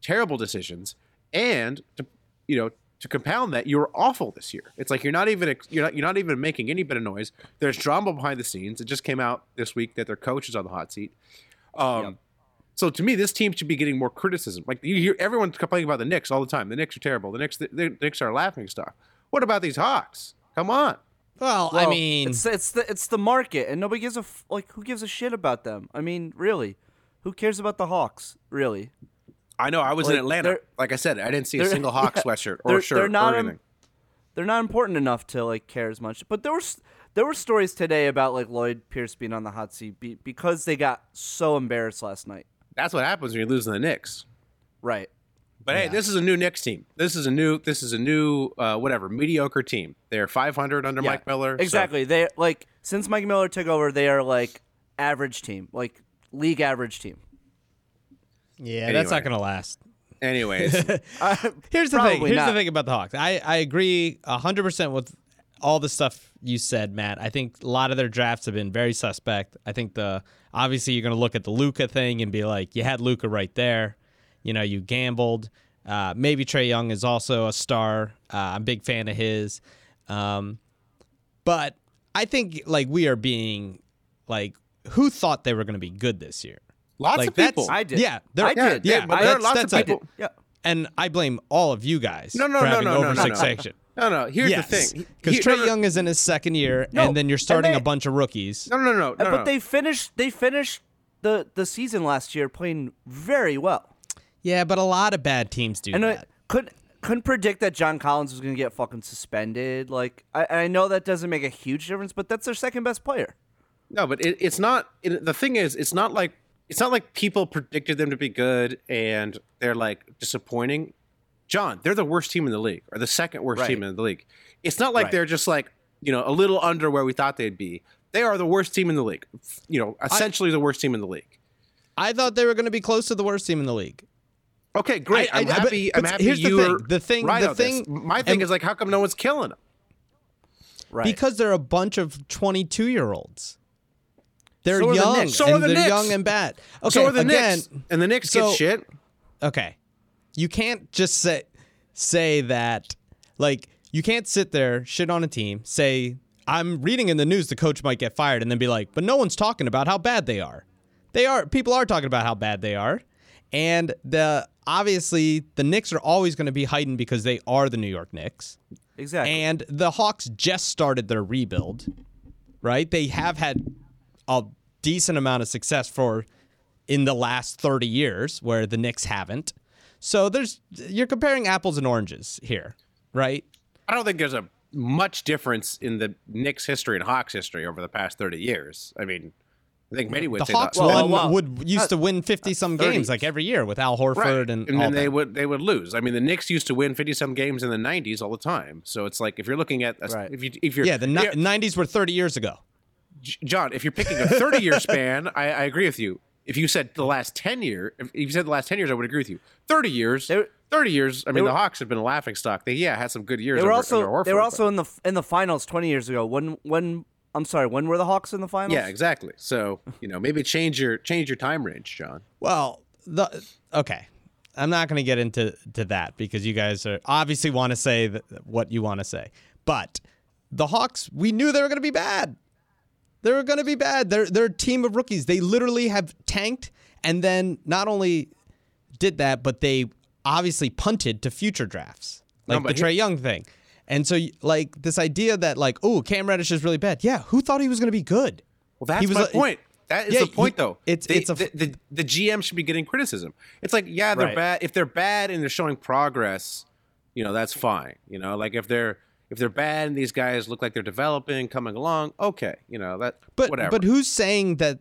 [SPEAKER 7] terrible decisions, and to, you know, to compound that, you were awful this year. It's like you're not even ex- you're not you're not even making any bit of noise. There's drama behind the scenes. It just came out this week that their coach is on the hot seat. Um, So to me, this team should be getting more criticism. Like you hear everyone complaining about the Knicks all the time. The Knicks are terrible. The Knicks, the, the Knicks are a laughing stock. What about these Hawks? Come on.
[SPEAKER 8] Well, I
[SPEAKER 9] Well,
[SPEAKER 8] mean,
[SPEAKER 9] it's, it's the it's the market, and nobody gives a f- like who gives a shit about them. I mean, really, who cares about the Hawks? Really,
[SPEAKER 7] I know. I was in
[SPEAKER 9] Like,
[SPEAKER 7] Atlanta.
[SPEAKER 9] they're-
[SPEAKER 7] Like I said, I didn't see a
[SPEAKER 9] they're- (laughs)
[SPEAKER 7] single Hawk
[SPEAKER 9] yeah,
[SPEAKER 7] sweatshirt or
[SPEAKER 9] they're-
[SPEAKER 7] shirt
[SPEAKER 9] they're not
[SPEAKER 7] or
[SPEAKER 9] im-
[SPEAKER 7] anything.
[SPEAKER 9] they're not important enough to like care as much. But there were s- there were stories today about like Lloyd Pierce being on the hot seat be- because they got so embarrassed last night.
[SPEAKER 7] That's what happens when you're losing the Knicks.
[SPEAKER 9] Right.
[SPEAKER 7] But hey, this is a new Knicks team. This is a new. This is a new uh, whatever mediocre team. They're 500 under Mike Miller. so-
[SPEAKER 9] Exactly. They like since Mike Miller took over, they are like average team, like league average team.
[SPEAKER 8] yeah, that's not
[SPEAKER 7] anyway.
[SPEAKER 8] gonna last.
[SPEAKER 7] anyways,
[SPEAKER 8] Here's the thing.
[SPEAKER 9] Probably
[SPEAKER 8] Here's the
[SPEAKER 9] not.
[SPEAKER 8] thing about the Hawks. I, I agree 100% with all the stuff you said, Matt. I think a lot of their drafts have been very suspect. I think the obviously you're going to look at the Luca thing and be like, you had Luca right there. You know, you gambled. Uh, maybe Trey Young is also a star. Uh, I'm a big fan of his. Um, but I think like we are being like, who thought they were going to be good this year?
[SPEAKER 7] lots
[SPEAKER 8] Like
[SPEAKER 7] of people.
[SPEAKER 9] I did.
[SPEAKER 8] Yeah, there-
[SPEAKER 9] I did.
[SPEAKER 8] Yeah,
[SPEAKER 7] yeah,
[SPEAKER 9] Yeah,
[SPEAKER 7] but
[SPEAKER 9] I,
[SPEAKER 7] there are
[SPEAKER 8] that's-
[SPEAKER 7] lots
[SPEAKER 8] that's
[SPEAKER 7] of
[SPEAKER 8] I
[SPEAKER 7] people.
[SPEAKER 8] did.
[SPEAKER 9] yeah.
[SPEAKER 8] and I blame all of you guys
[SPEAKER 7] No, no,
[SPEAKER 8] for
[SPEAKER 7] no,
[SPEAKER 8] having
[SPEAKER 7] no, no, no,
[SPEAKER 8] oversexation.
[SPEAKER 7] No, no. Here's the thing.
[SPEAKER 8] Because
[SPEAKER 7] He-
[SPEAKER 8] Trey
[SPEAKER 7] no, no,
[SPEAKER 8] Young is in his second year,
[SPEAKER 9] No,
[SPEAKER 8] and then you're
[SPEAKER 9] and
[SPEAKER 8] starting a
[SPEAKER 9] they-
[SPEAKER 8] bunch of rookies.
[SPEAKER 7] No, no, no, no. no,
[SPEAKER 9] but
[SPEAKER 7] no.
[SPEAKER 9] they finished they finished the the season last year playing very well.
[SPEAKER 8] Yeah, but a lot of bad teams do
[SPEAKER 9] And I
[SPEAKER 8] that.
[SPEAKER 9] couldn't couldn't predict that John Collins was going to get fucking suspended. Like I, and I know that doesn't make a huge difference, but that's their second best player.
[SPEAKER 7] No, but it, it's not. It, the thing is, it's not like it's not like people predicted them to be good and they're like disappointing. John, they're the worst team in the league or the second worst
[SPEAKER 9] Right.
[SPEAKER 7] team in the league. It's not like
[SPEAKER 9] Right.
[SPEAKER 7] they're just like you know a little under where we thought they'd be. They are the worst team in the league. You know, essentially the worst team in the league.
[SPEAKER 8] I thought they were going to be close to the worst team in the league.
[SPEAKER 7] Okay, great.
[SPEAKER 8] I-
[SPEAKER 7] I, am
[SPEAKER 8] I- but-
[SPEAKER 7] happy. I'm
[SPEAKER 8] but
[SPEAKER 7] happy
[SPEAKER 8] here's the
[SPEAKER 7] you're
[SPEAKER 8] thing. The thing-
[SPEAKER 7] right
[SPEAKER 8] the
[SPEAKER 7] on this.
[SPEAKER 8] thing-
[SPEAKER 7] My thing
[SPEAKER 8] and-
[SPEAKER 7] is like, how come no one's killing them?
[SPEAKER 9] Right.
[SPEAKER 8] Because they're a bunch of 22 year olds. They're
[SPEAKER 9] So are the
[SPEAKER 8] young.
[SPEAKER 9] Knicks.
[SPEAKER 7] So
[SPEAKER 8] and
[SPEAKER 7] are the
[SPEAKER 8] they're
[SPEAKER 7] Knicks.
[SPEAKER 8] young and bad. Okay,
[SPEAKER 7] so are the
[SPEAKER 8] again,
[SPEAKER 7] Knicks, and the Knicks
[SPEAKER 8] so-
[SPEAKER 7] get shit.
[SPEAKER 8] okay you can't just say say that like you can't sit there shit on a team say i'm reading in the news the coach might get fired and then be like but no one's talking about how bad they are they are people are talking about how bad they are and the obviously the Knicks are always going to be heightened because they are the New York Knicks
[SPEAKER 9] exactly.
[SPEAKER 8] and the Hawks just started their rebuild, right? They have had a decent amount of success for in the last 30 years where the Knicks haven't. So there's you're comparing apples and oranges here, right?
[SPEAKER 7] I don't think there's a much difference in the Knicks history and Hawks history over the past 30 years. I mean, I think many would
[SPEAKER 8] The
[SPEAKER 7] say
[SPEAKER 8] Hawks
[SPEAKER 7] that.
[SPEAKER 9] Well,
[SPEAKER 8] won,
[SPEAKER 9] well,
[SPEAKER 8] would used to win 50 some
[SPEAKER 7] 30.
[SPEAKER 8] games like every year with Al
[SPEAKER 7] uh,
[SPEAKER 8] Horford
[SPEAKER 7] right.
[SPEAKER 8] and,
[SPEAKER 7] and,
[SPEAKER 8] all
[SPEAKER 7] then they
[SPEAKER 8] that.
[SPEAKER 7] would they would lose. I mean, the Knicks used to win 50 some games in the 90s all the time. So it's like if you're looking at a,
[SPEAKER 9] Right.
[SPEAKER 7] if you if you're
[SPEAKER 8] yeah, the ni- 90s were 30 years ago.
[SPEAKER 7] J- John, if you're picking a 30 year span, (laughs) I, I agree with you. If you said the last 10 year, if you said the last 10 years, I would agree with you. 30 years,
[SPEAKER 9] They were-
[SPEAKER 7] 30 years. I mean,
[SPEAKER 9] were-
[SPEAKER 7] the Hawks have been a laughing stock. They yeah had some good years.
[SPEAKER 9] They were
[SPEAKER 7] under-
[SPEAKER 9] also
[SPEAKER 7] under Horford,
[SPEAKER 9] they were
[SPEAKER 7] but-
[SPEAKER 9] also in the in the finals twenty years ago. When when I'm sorry, when were the Hawks in the finals?
[SPEAKER 7] yeah exactly. So you know maybe change your change your time range, John.
[SPEAKER 8] Well, the okay. I'm not going to get into to that because you guys are obviously want to say th- what you want to say. But the Hawks, we knew they were going to be bad. They were going to be bad. They're they're a team of rookies. They literally have tanked and then not only did that, but they obviously punted to future drafts, like
[SPEAKER 7] but
[SPEAKER 8] the
[SPEAKER 7] he-
[SPEAKER 8] Trey Young thing. And so, y- like this idea that like, oh, Cam Reddish is really bad. Yeah, who thought he was going to be good?
[SPEAKER 7] Well, that's
[SPEAKER 8] he was
[SPEAKER 7] my
[SPEAKER 8] like-
[SPEAKER 7] point. That is
[SPEAKER 8] Yeah,
[SPEAKER 7] the point,
[SPEAKER 8] you-
[SPEAKER 7] though.
[SPEAKER 8] it's-
[SPEAKER 7] They-
[SPEAKER 8] it's a f-
[SPEAKER 7] the, the the GM should be getting criticism. It's like, yeah, they're
[SPEAKER 9] Right.
[SPEAKER 7] bad. If they're bad and they're showing progress, you know, that's fine. You know, like if they're if they're bad and these guys look like they're developing, coming along, okay, you know that.
[SPEAKER 8] But
[SPEAKER 7] whatever.
[SPEAKER 8] but who's saying that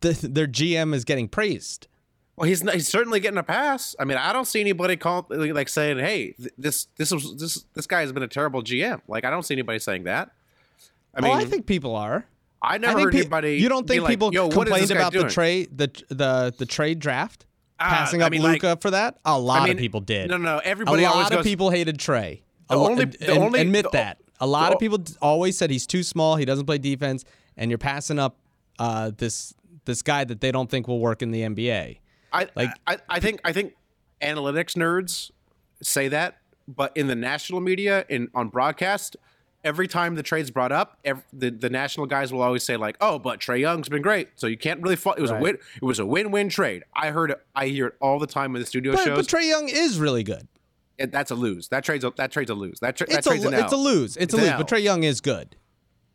[SPEAKER 8] the, their GM is getting praised?
[SPEAKER 7] Well, he's not, he's certainly getting a pass. I mean, I don't see anybody call like saying, "Hey, th- this this was this this guy has been a terrible GM." Like, I don't see anybody saying that. I mean,
[SPEAKER 8] oh,
[SPEAKER 7] I,
[SPEAKER 8] I think people are.
[SPEAKER 7] never
[SPEAKER 8] I think
[SPEAKER 7] heard
[SPEAKER 8] pe-
[SPEAKER 7] anybody.
[SPEAKER 8] You don't
[SPEAKER 7] be
[SPEAKER 8] think
[SPEAKER 7] like,
[SPEAKER 8] people
[SPEAKER 7] Yo, what is this
[SPEAKER 8] complained
[SPEAKER 7] guy
[SPEAKER 8] about the
[SPEAKER 7] doing?"
[SPEAKER 8] trade the the the trade draft
[SPEAKER 7] Ah,
[SPEAKER 8] passing
[SPEAKER 7] I
[SPEAKER 8] up
[SPEAKER 7] mean, like-
[SPEAKER 8] Luca for that? A lot
[SPEAKER 7] mean,
[SPEAKER 8] of people did.
[SPEAKER 7] no, no, no, everybody
[SPEAKER 8] A lot
[SPEAKER 7] always
[SPEAKER 8] of
[SPEAKER 7] goes-
[SPEAKER 8] people hated Trey.
[SPEAKER 7] The
[SPEAKER 8] A lo-
[SPEAKER 7] only-
[SPEAKER 8] and-
[SPEAKER 7] the
[SPEAKER 8] and
[SPEAKER 7] only-
[SPEAKER 8] admit
[SPEAKER 7] the-
[SPEAKER 8] that. A lot
[SPEAKER 7] the-
[SPEAKER 8] of people d- always said he's too small. He doesn't play defense, and you're passing up uh, this this guy that they don't think will work in the NBA.
[SPEAKER 7] I like
[SPEAKER 8] Like-
[SPEAKER 7] I, I think I think analytics nerds say that, but in the national media in on broadcast, every time the trade's brought up, ev the the national guys will always say like, "Oh, but Trey Young's been great, so you can't really fault." It was a win. It was a win-win trade. I heard it. I hear it all the time in the studio
[SPEAKER 8] But,
[SPEAKER 7] shows.
[SPEAKER 8] but Trey Young is really good.
[SPEAKER 7] and that's a lose. That trade's a, that trade's a lose. That, tra- that
[SPEAKER 8] It's a
[SPEAKER 7] trade's
[SPEAKER 8] lo-
[SPEAKER 7] an L.
[SPEAKER 8] it's a lose. It's, a
[SPEAKER 7] an
[SPEAKER 8] lose.
[SPEAKER 7] L.
[SPEAKER 8] But Trey Young is good.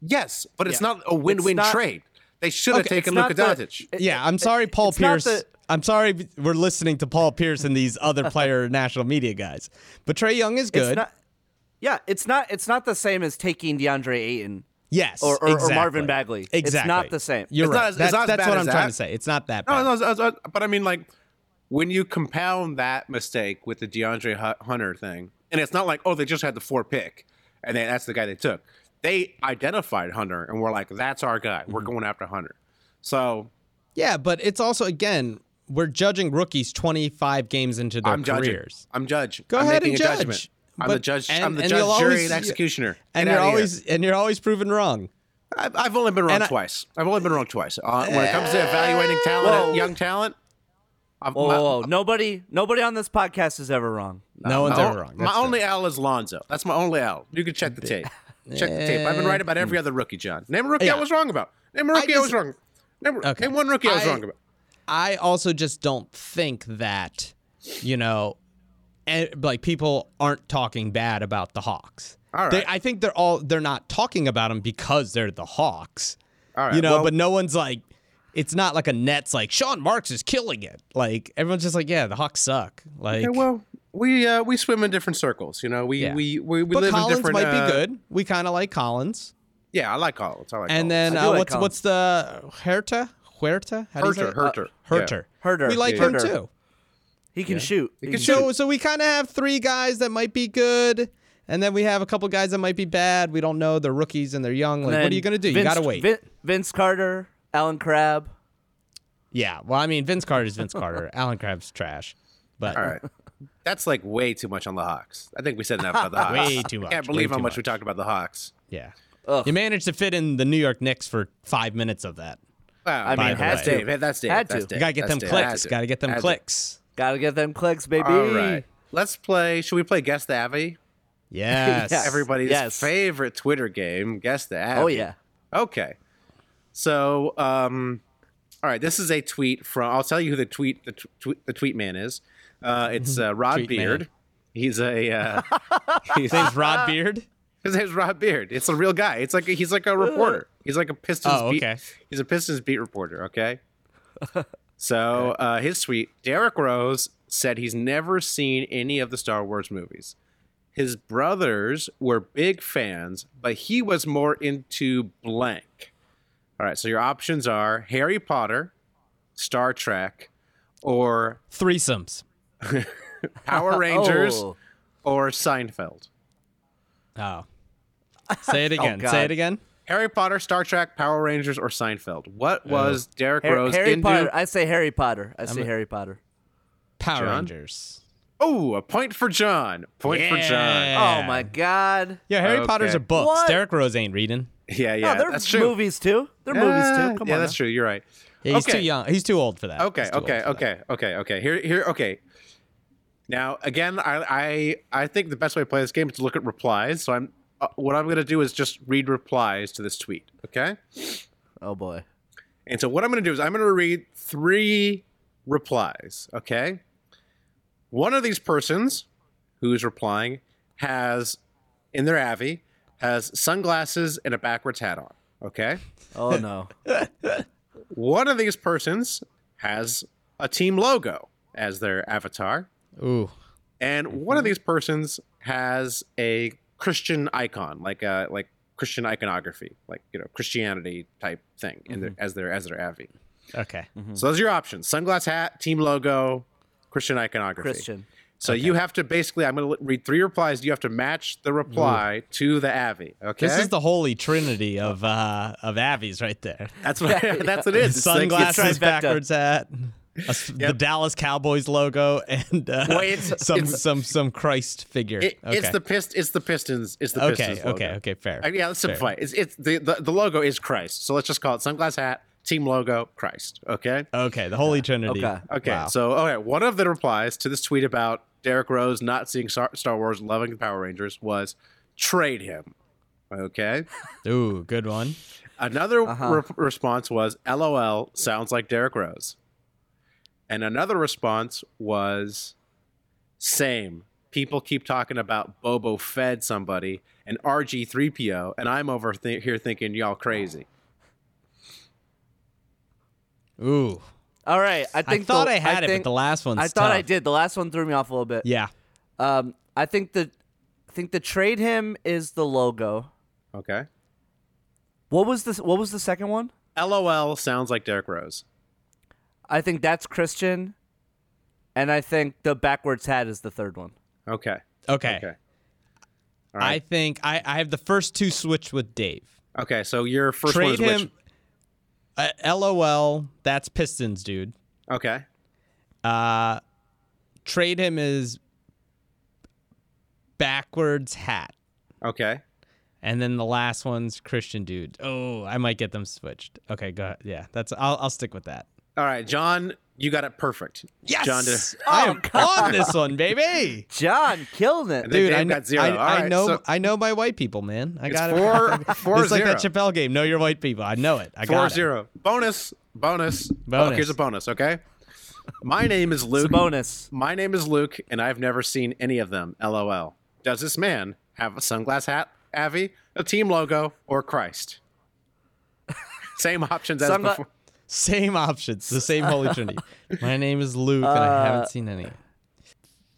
[SPEAKER 7] yes, but it's not a win-win
[SPEAKER 9] not-
[SPEAKER 7] trade. They should have
[SPEAKER 8] Okay,
[SPEAKER 7] taken
[SPEAKER 9] it's not
[SPEAKER 7] Luka
[SPEAKER 9] the-
[SPEAKER 7] Doncic.
[SPEAKER 9] it-
[SPEAKER 8] yeah,
[SPEAKER 9] it-
[SPEAKER 8] I'm sorry, Paul
[SPEAKER 9] it's not
[SPEAKER 8] Pierce.
[SPEAKER 9] the-
[SPEAKER 8] I'm sorry b- we're listening to Paul Pierce and these other player national media guys. But Trey Young is
[SPEAKER 9] It's
[SPEAKER 8] good.
[SPEAKER 9] not- yeah, it's not. It's not the same as taking DeAndre Ayton.
[SPEAKER 8] yes.
[SPEAKER 9] or- or- or
[SPEAKER 8] exactly.
[SPEAKER 9] Marvin Bagley. It's
[SPEAKER 8] Exactly.
[SPEAKER 9] not the same.
[SPEAKER 8] You're
[SPEAKER 7] It's
[SPEAKER 8] right.
[SPEAKER 7] not as- it's
[SPEAKER 8] That's-
[SPEAKER 7] not as
[SPEAKER 8] that's
[SPEAKER 7] bad
[SPEAKER 8] what
[SPEAKER 7] as
[SPEAKER 8] I'm trying
[SPEAKER 7] that.
[SPEAKER 8] to say. It's not that bad.
[SPEAKER 7] No, no, no, no, but I mean, like, when you compound that mistake with the DeAndre Hu- Hunter thing, and it's not like, oh, they just had the four pick, and they, that's the guy they took. They identified Hunter, and we're like, that's our guy. We're
[SPEAKER 8] Mm-hmm.
[SPEAKER 7] going after Hunter. So
[SPEAKER 8] Yeah, but it's also again we're judging rookies 25 games into their
[SPEAKER 7] I'm judging.
[SPEAKER 8] careers.
[SPEAKER 7] I'm judge.
[SPEAKER 8] Go
[SPEAKER 7] I'm
[SPEAKER 8] ahead
[SPEAKER 7] making
[SPEAKER 8] and
[SPEAKER 7] a
[SPEAKER 8] judge.
[SPEAKER 7] judgment. I'm the
[SPEAKER 8] But-
[SPEAKER 7] judge. I'm
[SPEAKER 8] and-
[SPEAKER 7] the
[SPEAKER 8] and
[SPEAKER 7] judge,
[SPEAKER 8] you'll
[SPEAKER 7] jury,
[SPEAKER 8] always-
[SPEAKER 7] and executioner.
[SPEAKER 8] And
[SPEAKER 7] Get
[SPEAKER 8] you're
[SPEAKER 7] outta here.
[SPEAKER 8] always and you're always proven wrong.
[SPEAKER 7] I've, I've only been wrong
[SPEAKER 8] And I-
[SPEAKER 7] twice. I've only been wrong twice. Uh, when it comes to evaluating talent,
[SPEAKER 9] Whoa.
[SPEAKER 7] young talent, I've,
[SPEAKER 9] Whoa,
[SPEAKER 7] my-
[SPEAKER 9] whoa,
[SPEAKER 8] uh,
[SPEAKER 9] whoa. nobody, nobody on this podcast is ever wrong.
[SPEAKER 8] No one's
[SPEAKER 7] my,
[SPEAKER 8] ever wrong.
[SPEAKER 7] my
[SPEAKER 8] That's true.
[SPEAKER 7] only L is Lonzo. That's my only L. You can check the
[SPEAKER 8] (laughs)
[SPEAKER 7] tape. Check the tape. I've been right about every other rookie, John. Name a rookie I
[SPEAKER 8] Yeah.
[SPEAKER 7] was wrong about. Name a rookie I,
[SPEAKER 8] just-
[SPEAKER 7] was wrong. Name, a-
[SPEAKER 8] Okay.
[SPEAKER 7] name one rookie I was
[SPEAKER 8] I-
[SPEAKER 7] wrong about.
[SPEAKER 8] I also just don't think that, you know, and, like people aren't talking bad about the Hawks.
[SPEAKER 7] All
[SPEAKER 8] They,
[SPEAKER 7] right.
[SPEAKER 8] I think they're all they're not talking about them because they're the Hawks.
[SPEAKER 7] All right,
[SPEAKER 8] You know,
[SPEAKER 7] well-
[SPEAKER 8] but no one's like, it's not like a Nets like Sean Marks is killing it. Like everyone's just like, yeah, the Hawks suck. Like,
[SPEAKER 7] Okay, well, we uh, we swim in different circles. You know, we
[SPEAKER 8] yeah.
[SPEAKER 7] we we, we
[SPEAKER 8] but
[SPEAKER 7] live
[SPEAKER 8] Collins
[SPEAKER 7] in different.
[SPEAKER 8] might
[SPEAKER 7] uh,
[SPEAKER 8] be good. We kind of like Collins.
[SPEAKER 7] Yeah, I like Collins. I like Collins.
[SPEAKER 8] And then
[SPEAKER 9] I
[SPEAKER 8] uh,
[SPEAKER 9] do like
[SPEAKER 8] what's
[SPEAKER 9] Collins.
[SPEAKER 8] what's the Huerta? Huerta? How do you say
[SPEAKER 7] Herter,
[SPEAKER 8] it?
[SPEAKER 7] Herter, yeah.
[SPEAKER 8] Herter.
[SPEAKER 9] Herter.
[SPEAKER 8] We like
[SPEAKER 9] Yeah.
[SPEAKER 8] him
[SPEAKER 9] Herter.
[SPEAKER 8] too.
[SPEAKER 9] He can shoot. He can
[SPEAKER 8] So so we kind of have three guys that might be good, and then we have a couple guys that might be bad. We don't know. They're rookies and they're young. Like, what are you gonna do? you
[SPEAKER 9] Vince-
[SPEAKER 8] gotta wait.
[SPEAKER 9] Vin- Vince Carter, Alan Crabb.
[SPEAKER 8] yeah. Well, I mean, Vince Carter's Vince
[SPEAKER 9] (laughs)
[SPEAKER 8] Carter. Alan Crabb's trash, but
[SPEAKER 7] All right. That's like way too much on the Hawks. I think we said enough about
[SPEAKER 8] (laughs)
[SPEAKER 7] the Hawks.
[SPEAKER 8] Way too
[SPEAKER 7] I
[SPEAKER 8] much,
[SPEAKER 7] can't
[SPEAKER 8] way
[SPEAKER 7] believe how
[SPEAKER 8] too
[SPEAKER 7] much, we
[SPEAKER 8] much.
[SPEAKER 7] talked about the Hawks.
[SPEAKER 8] yeah,
[SPEAKER 9] Ugh.
[SPEAKER 8] you managed to fit in the New York Knicks for five minutes of that.
[SPEAKER 7] Wow,
[SPEAKER 9] I
[SPEAKER 8] By
[SPEAKER 9] mean,
[SPEAKER 8] the way.
[SPEAKER 9] has to.
[SPEAKER 7] Dave, that's Dave.
[SPEAKER 9] Had
[SPEAKER 7] that's
[SPEAKER 9] to.
[SPEAKER 7] Dave,
[SPEAKER 8] You gotta get
[SPEAKER 7] that's
[SPEAKER 8] them
[SPEAKER 7] Dave, that's
[SPEAKER 8] clicks.
[SPEAKER 7] Dave,
[SPEAKER 8] Gotta get them
[SPEAKER 7] that's Dave.
[SPEAKER 8] clicks.
[SPEAKER 9] Gotta get them clicks, baby.
[SPEAKER 7] All right. Let's play. Should we play Guess the Abbey?
[SPEAKER 8] Yes.
[SPEAKER 9] (laughs) Yeah,
[SPEAKER 8] (laughs)
[SPEAKER 9] every-
[SPEAKER 7] Everybody's
[SPEAKER 9] Yes.
[SPEAKER 7] favorite Twitter game, Guess the Abbey.
[SPEAKER 9] Oh yeah.
[SPEAKER 7] Okay. So, um, all right. This is a tweet from. I'll tell you who the tweet the, tw- tweet- the tweet man is. Uh, it's uh, Rod
[SPEAKER 8] Tweet man.
[SPEAKER 7] Beard. He's a. Uh, he's,
[SPEAKER 8] His name's
[SPEAKER 9] (laughs)
[SPEAKER 8] Rod Beard.
[SPEAKER 7] his name's Rod Beard. It's a real guy. It's like a, he's like a
[SPEAKER 8] (laughs)
[SPEAKER 7] reporter. He's like a Pistons.
[SPEAKER 8] Oh, okay.
[SPEAKER 7] Beat, he's a Pistons beat reporter.
[SPEAKER 8] (laughs)
[SPEAKER 7] Okay. So uh, his tweet: Derek Rose said he's never seen any of the Star Wars movies. His brothers were big fans, but he was more into blank. All right, so your options are Harry Potter, Star Trek, or
[SPEAKER 8] Threesomes. (laughs)
[SPEAKER 7] Power Rangers,
[SPEAKER 9] Oh.
[SPEAKER 7] or Seinfeld.
[SPEAKER 8] Oh.
[SPEAKER 9] (laughs)
[SPEAKER 8] Say it again.
[SPEAKER 9] Oh, God.
[SPEAKER 8] Say it again.
[SPEAKER 7] Harry Potter, Star Trek, Power Rangers, or Seinfeld? What was Derek
[SPEAKER 9] Oh. Har-
[SPEAKER 7] Rose
[SPEAKER 9] Harry
[SPEAKER 7] into?
[SPEAKER 9] Potter. I say Harry Potter. I say Harry Potter.
[SPEAKER 8] Power
[SPEAKER 7] John?
[SPEAKER 8] Rangers.
[SPEAKER 7] Oh, a point for John. Point for John.
[SPEAKER 8] Yeah.
[SPEAKER 9] Oh my God.
[SPEAKER 8] Yeah, Harry
[SPEAKER 7] Okay.
[SPEAKER 8] Potter's are books.
[SPEAKER 9] What?
[SPEAKER 8] Derek Rose ain't reading.
[SPEAKER 7] Yeah,
[SPEAKER 9] No,
[SPEAKER 7] yeah,
[SPEAKER 9] Oh, they're
[SPEAKER 7] that's true.
[SPEAKER 9] movies too. They're movies
[SPEAKER 7] Yeah,
[SPEAKER 9] too. Come
[SPEAKER 7] yeah,
[SPEAKER 9] on.
[SPEAKER 7] that's
[SPEAKER 9] now.
[SPEAKER 7] true. You're right.
[SPEAKER 8] Yeah, he's
[SPEAKER 7] Okay.
[SPEAKER 8] too young. He's too old for that.
[SPEAKER 7] Okay,
[SPEAKER 8] He's too
[SPEAKER 7] okay,
[SPEAKER 8] old for that.
[SPEAKER 7] okay, okay, okay. Here, here. Okay. Now, again, I, I, I think the best way to play this game is to look at replies. So I'm, uh, what I'm going to do is just read replies to this tweet. Okay.
[SPEAKER 9] Oh boy.
[SPEAKER 7] And so what I'm going to do is I'm going to read three replies, okay? One of these persons who's replying has in their avi
[SPEAKER 8] (laughs)
[SPEAKER 7] has sunglasses and a backwards hat on, okay?
[SPEAKER 9] Oh no.
[SPEAKER 7] One of these persons has a team logo as their avatar,
[SPEAKER 8] Ooh.
[SPEAKER 7] and one of these persons has a Christian icon, like a like Christian iconography, like you know Christianity type thing, in their, as their as their avi.
[SPEAKER 8] Okay.
[SPEAKER 7] So those are your options: sunglass hat, team logo, Christian iconography.
[SPEAKER 9] Christian.
[SPEAKER 7] So you have to basically, I'm going to read three replies. You have to match the reply to the avi. Okay,
[SPEAKER 8] This is the holy trinity of uh of Abby's right there.
[SPEAKER 7] that's
[SPEAKER 8] (laughs)
[SPEAKER 7] what that's what (laughs) it is. It's like-
[SPEAKER 8] Sunglasses
[SPEAKER 9] trifecta.
[SPEAKER 8] backwards hat. a s- The Dallas Cowboys logo and uh,
[SPEAKER 7] Well, it's-
[SPEAKER 8] (laughs) some
[SPEAKER 7] it's-
[SPEAKER 8] some some Christ figure.
[SPEAKER 7] It,
[SPEAKER 8] okay.
[SPEAKER 7] It's the pist. It's the Pistons. It's the
[SPEAKER 8] okay,
[SPEAKER 7] Pistons.
[SPEAKER 8] okay,
[SPEAKER 7] logo.
[SPEAKER 8] okay, fair.
[SPEAKER 7] Uh, yeah, let's simplify. it. It's it's the, the the logo is Christ. So let's just call it sunglass hat, team logo, Christ. Okay.
[SPEAKER 8] Okay, the Holy Trinity.
[SPEAKER 9] Okay.
[SPEAKER 7] Okay.
[SPEAKER 8] Wow.
[SPEAKER 7] So all right, one of the replies to this tweet about Derek Rose not seeing Star, Star Wars, loving the Power Rangers was trade him. Okay.
[SPEAKER 8] Ooh, good one.
[SPEAKER 7] Another re- response was LOL sounds like Derek Rose. And another response was same. People keep talking about Bobo fed somebody and RG3PO, and I'm over th- here thinking y'all crazy.
[SPEAKER 8] Ooh.
[SPEAKER 9] All right. I
[SPEAKER 8] I,
[SPEAKER 9] think
[SPEAKER 8] thought
[SPEAKER 9] the-
[SPEAKER 8] I had it,
[SPEAKER 9] think-
[SPEAKER 8] but the last one's
[SPEAKER 9] I thought I
[SPEAKER 8] tough.
[SPEAKER 9] did. The last one threw me off a little bit.
[SPEAKER 8] Yeah.
[SPEAKER 9] Um, I think the, I think the trade him is the logo.
[SPEAKER 7] Okay.
[SPEAKER 9] What was this? What was the second one?
[SPEAKER 7] LOL sounds like Derek Rose.
[SPEAKER 9] I think that's Christian, and I think the backwards hat is the third one.
[SPEAKER 7] Okay.
[SPEAKER 8] Okay.
[SPEAKER 7] Okay.
[SPEAKER 8] I think I, I have the first two switched with Dave.
[SPEAKER 7] Okay. So your first one is
[SPEAKER 8] Trade him.
[SPEAKER 7] which?
[SPEAKER 8] Uh, LOL. That's Pistons, dude.
[SPEAKER 7] Okay.
[SPEAKER 8] Uh, trade him is backwards hat.
[SPEAKER 7] Okay.
[SPEAKER 8] And then the last one's Christian dude. Oh, I might get them switched. Okay, go ahead. Yeah, that's I'll I'll stick with that.
[SPEAKER 7] All right, John, you got it perfect. Yes. John did.
[SPEAKER 8] I am on this
[SPEAKER 7] (laughs)
[SPEAKER 8] one, baby.
[SPEAKER 9] John killing
[SPEAKER 7] Then
[SPEAKER 9] it.
[SPEAKER 8] Dude,
[SPEAKER 7] Dave
[SPEAKER 8] I, kn-
[SPEAKER 7] got zero.
[SPEAKER 8] I,
[SPEAKER 7] All
[SPEAKER 8] I
[SPEAKER 7] right,
[SPEAKER 8] know
[SPEAKER 7] so-
[SPEAKER 8] I know my white people, man. I
[SPEAKER 7] It's
[SPEAKER 8] got it. (laughs)
[SPEAKER 7] four- four
[SPEAKER 8] it's like that
[SPEAKER 7] zero.
[SPEAKER 8] Chappelle game. Know your white people. I know it. I
[SPEAKER 7] Four
[SPEAKER 8] got it.
[SPEAKER 7] zero. Bonus. Bonus.
[SPEAKER 8] Bonus.
[SPEAKER 7] Oh, here's a bonus, okay? My name is
[SPEAKER 9] It's
[SPEAKER 7] Luke.
[SPEAKER 9] a bonus.
[SPEAKER 7] My name is Luke, and I've never seen any of them. LOL. Does this man have a sunglass hat, Avi, a team logo, or
[SPEAKER 8] (laughs)
[SPEAKER 7] Christ? Same options as
[SPEAKER 9] Sungla-
[SPEAKER 7] before.
[SPEAKER 8] Same options. The same
[SPEAKER 7] (laughs)
[SPEAKER 8] Holy Trinity. My name is Luke, and
[SPEAKER 7] Uh,
[SPEAKER 8] I haven't seen any.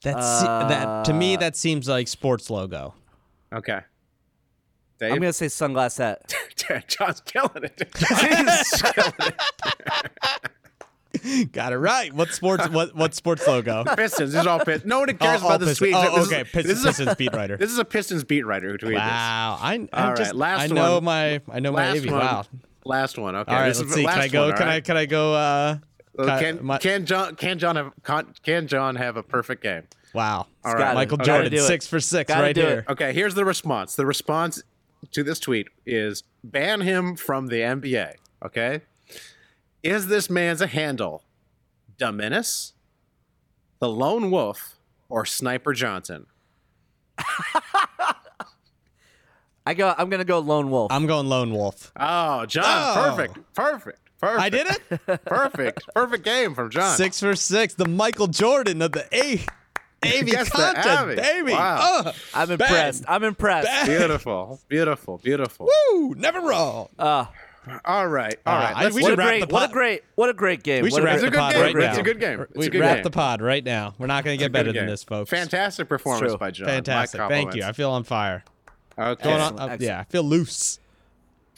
[SPEAKER 8] That's that to
[SPEAKER 7] uh,
[SPEAKER 8] me. That seems like sports logo. (laughs)
[SPEAKER 7] Okay.
[SPEAKER 9] I'm
[SPEAKER 7] Dave, (laughs)
[SPEAKER 9] gonna say sunglass hat.
[SPEAKER 7] John's killing
[SPEAKER 8] (laughs)
[SPEAKER 7] it.
[SPEAKER 8] Got it right. What sports? What what sports logo?
[SPEAKER 7] (laughs) (laughs) Pistons. This is all Pistons. No one cares
[SPEAKER 8] Oh, oh,
[SPEAKER 7] about the
[SPEAKER 8] Pistons.
[SPEAKER 7] Swedes.
[SPEAKER 8] Oh,
[SPEAKER 7] This is-
[SPEAKER 8] okay. Pistons,
[SPEAKER 7] this is a- (laughs)
[SPEAKER 8] Pistons beat writer.
[SPEAKER 7] This is a Pistons beat writer who tweeted this.
[SPEAKER 8] Wow. I, I
[SPEAKER 7] All right,
[SPEAKER 8] just
[SPEAKER 7] last
[SPEAKER 8] I know
[SPEAKER 7] one.
[SPEAKER 8] my I know my
[SPEAKER 7] Last
[SPEAKER 8] AV.
[SPEAKER 7] one.
[SPEAKER 8] Wow.
[SPEAKER 7] Last one. Okay.
[SPEAKER 8] All right.
[SPEAKER 7] this
[SPEAKER 8] Let's
[SPEAKER 7] is the
[SPEAKER 8] see. Can
[SPEAKER 7] last
[SPEAKER 8] I go?
[SPEAKER 7] one, all
[SPEAKER 8] can I?
[SPEAKER 7] right?
[SPEAKER 8] Can I go? Uh,
[SPEAKER 7] Uh,
[SPEAKER 8] can-
[SPEAKER 7] can
[SPEAKER 8] my-
[SPEAKER 7] can John can John have can, can John have a perfect game?
[SPEAKER 8] wow.
[SPEAKER 7] All right.
[SPEAKER 8] Michael
[SPEAKER 7] Okay.
[SPEAKER 8] Jordan,
[SPEAKER 9] do it.
[SPEAKER 8] six for 6
[SPEAKER 9] Gotta
[SPEAKER 8] right
[SPEAKER 9] do it.
[SPEAKER 8] here.
[SPEAKER 7] Okay, here's the response. The response to this tweet is ban him from the NBA. Okay, is this man's a handle? Dominus, the Lone Wolf, or Sniper Johnson?
[SPEAKER 9] I go. I'm gonna go lone wolf.
[SPEAKER 8] I'm going Lone Wolf.
[SPEAKER 7] Oh, John,
[SPEAKER 8] Oh.
[SPEAKER 7] perfect, perfect, perfect.
[SPEAKER 8] I did it.
[SPEAKER 7] (laughs) Perfect, perfect game from John.
[SPEAKER 8] Six for six. The Michael Jordan of the A. Avy
[SPEAKER 7] Yes, the
[SPEAKER 8] content, Oh.
[SPEAKER 7] Avy.
[SPEAKER 8] baby.
[SPEAKER 7] Wow.
[SPEAKER 8] Ugh.
[SPEAKER 9] I'm impressed. I'm impressed.
[SPEAKER 8] Bang.
[SPEAKER 7] Beautiful, beautiful, beautiful.
[SPEAKER 8] Woo, never wrong.
[SPEAKER 7] All right, all
[SPEAKER 8] Uh,
[SPEAKER 7] right.
[SPEAKER 8] I-
[SPEAKER 7] let's-
[SPEAKER 8] we
[SPEAKER 9] What a
[SPEAKER 8] should wrap
[SPEAKER 9] great.
[SPEAKER 8] the
[SPEAKER 9] What a
[SPEAKER 8] pod.
[SPEAKER 9] great. What a great game.
[SPEAKER 8] We
[SPEAKER 9] What
[SPEAKER 8] should
[SPEAKER 9] a
[SPEAKER 8] wrap
[SPEAKER 9] great-
[SPEAKER 8] the
[SPEAKER 7] good
[SPEAKER 8] pod
[SPEAKER 7] game.
[SPEAKER 8] right now.
[SPEAKER 7] It's a good game. It's
[SPEAKER 8] We
[SPEAKER 7] a good
[SPEAKER 8] wrap
[SPEAKER 7] game.
[SPEAKER 8] the pod right now. We're not going to get better
[SPEAKER 7] Good
[SPEAKER 8] than
[SPEAKER 7] game.
[SPEAKER 8] this, folks.
[SPEAKER 7] Fantastic performance
[SPEAKER 9] true.
[SPEAKER 7] by John. My
[SPEAKER 8] Fantastic. Thank you. I
[SPEAKER 7] compliments.
[SPEAKER 8] feel on fire.
[SPEAKER 7] Okay.
[SPEAKER 8] Going on, uh,
[SPEAKER 9] Excellent.
[SPEAKER 8] yeah, I feel loose.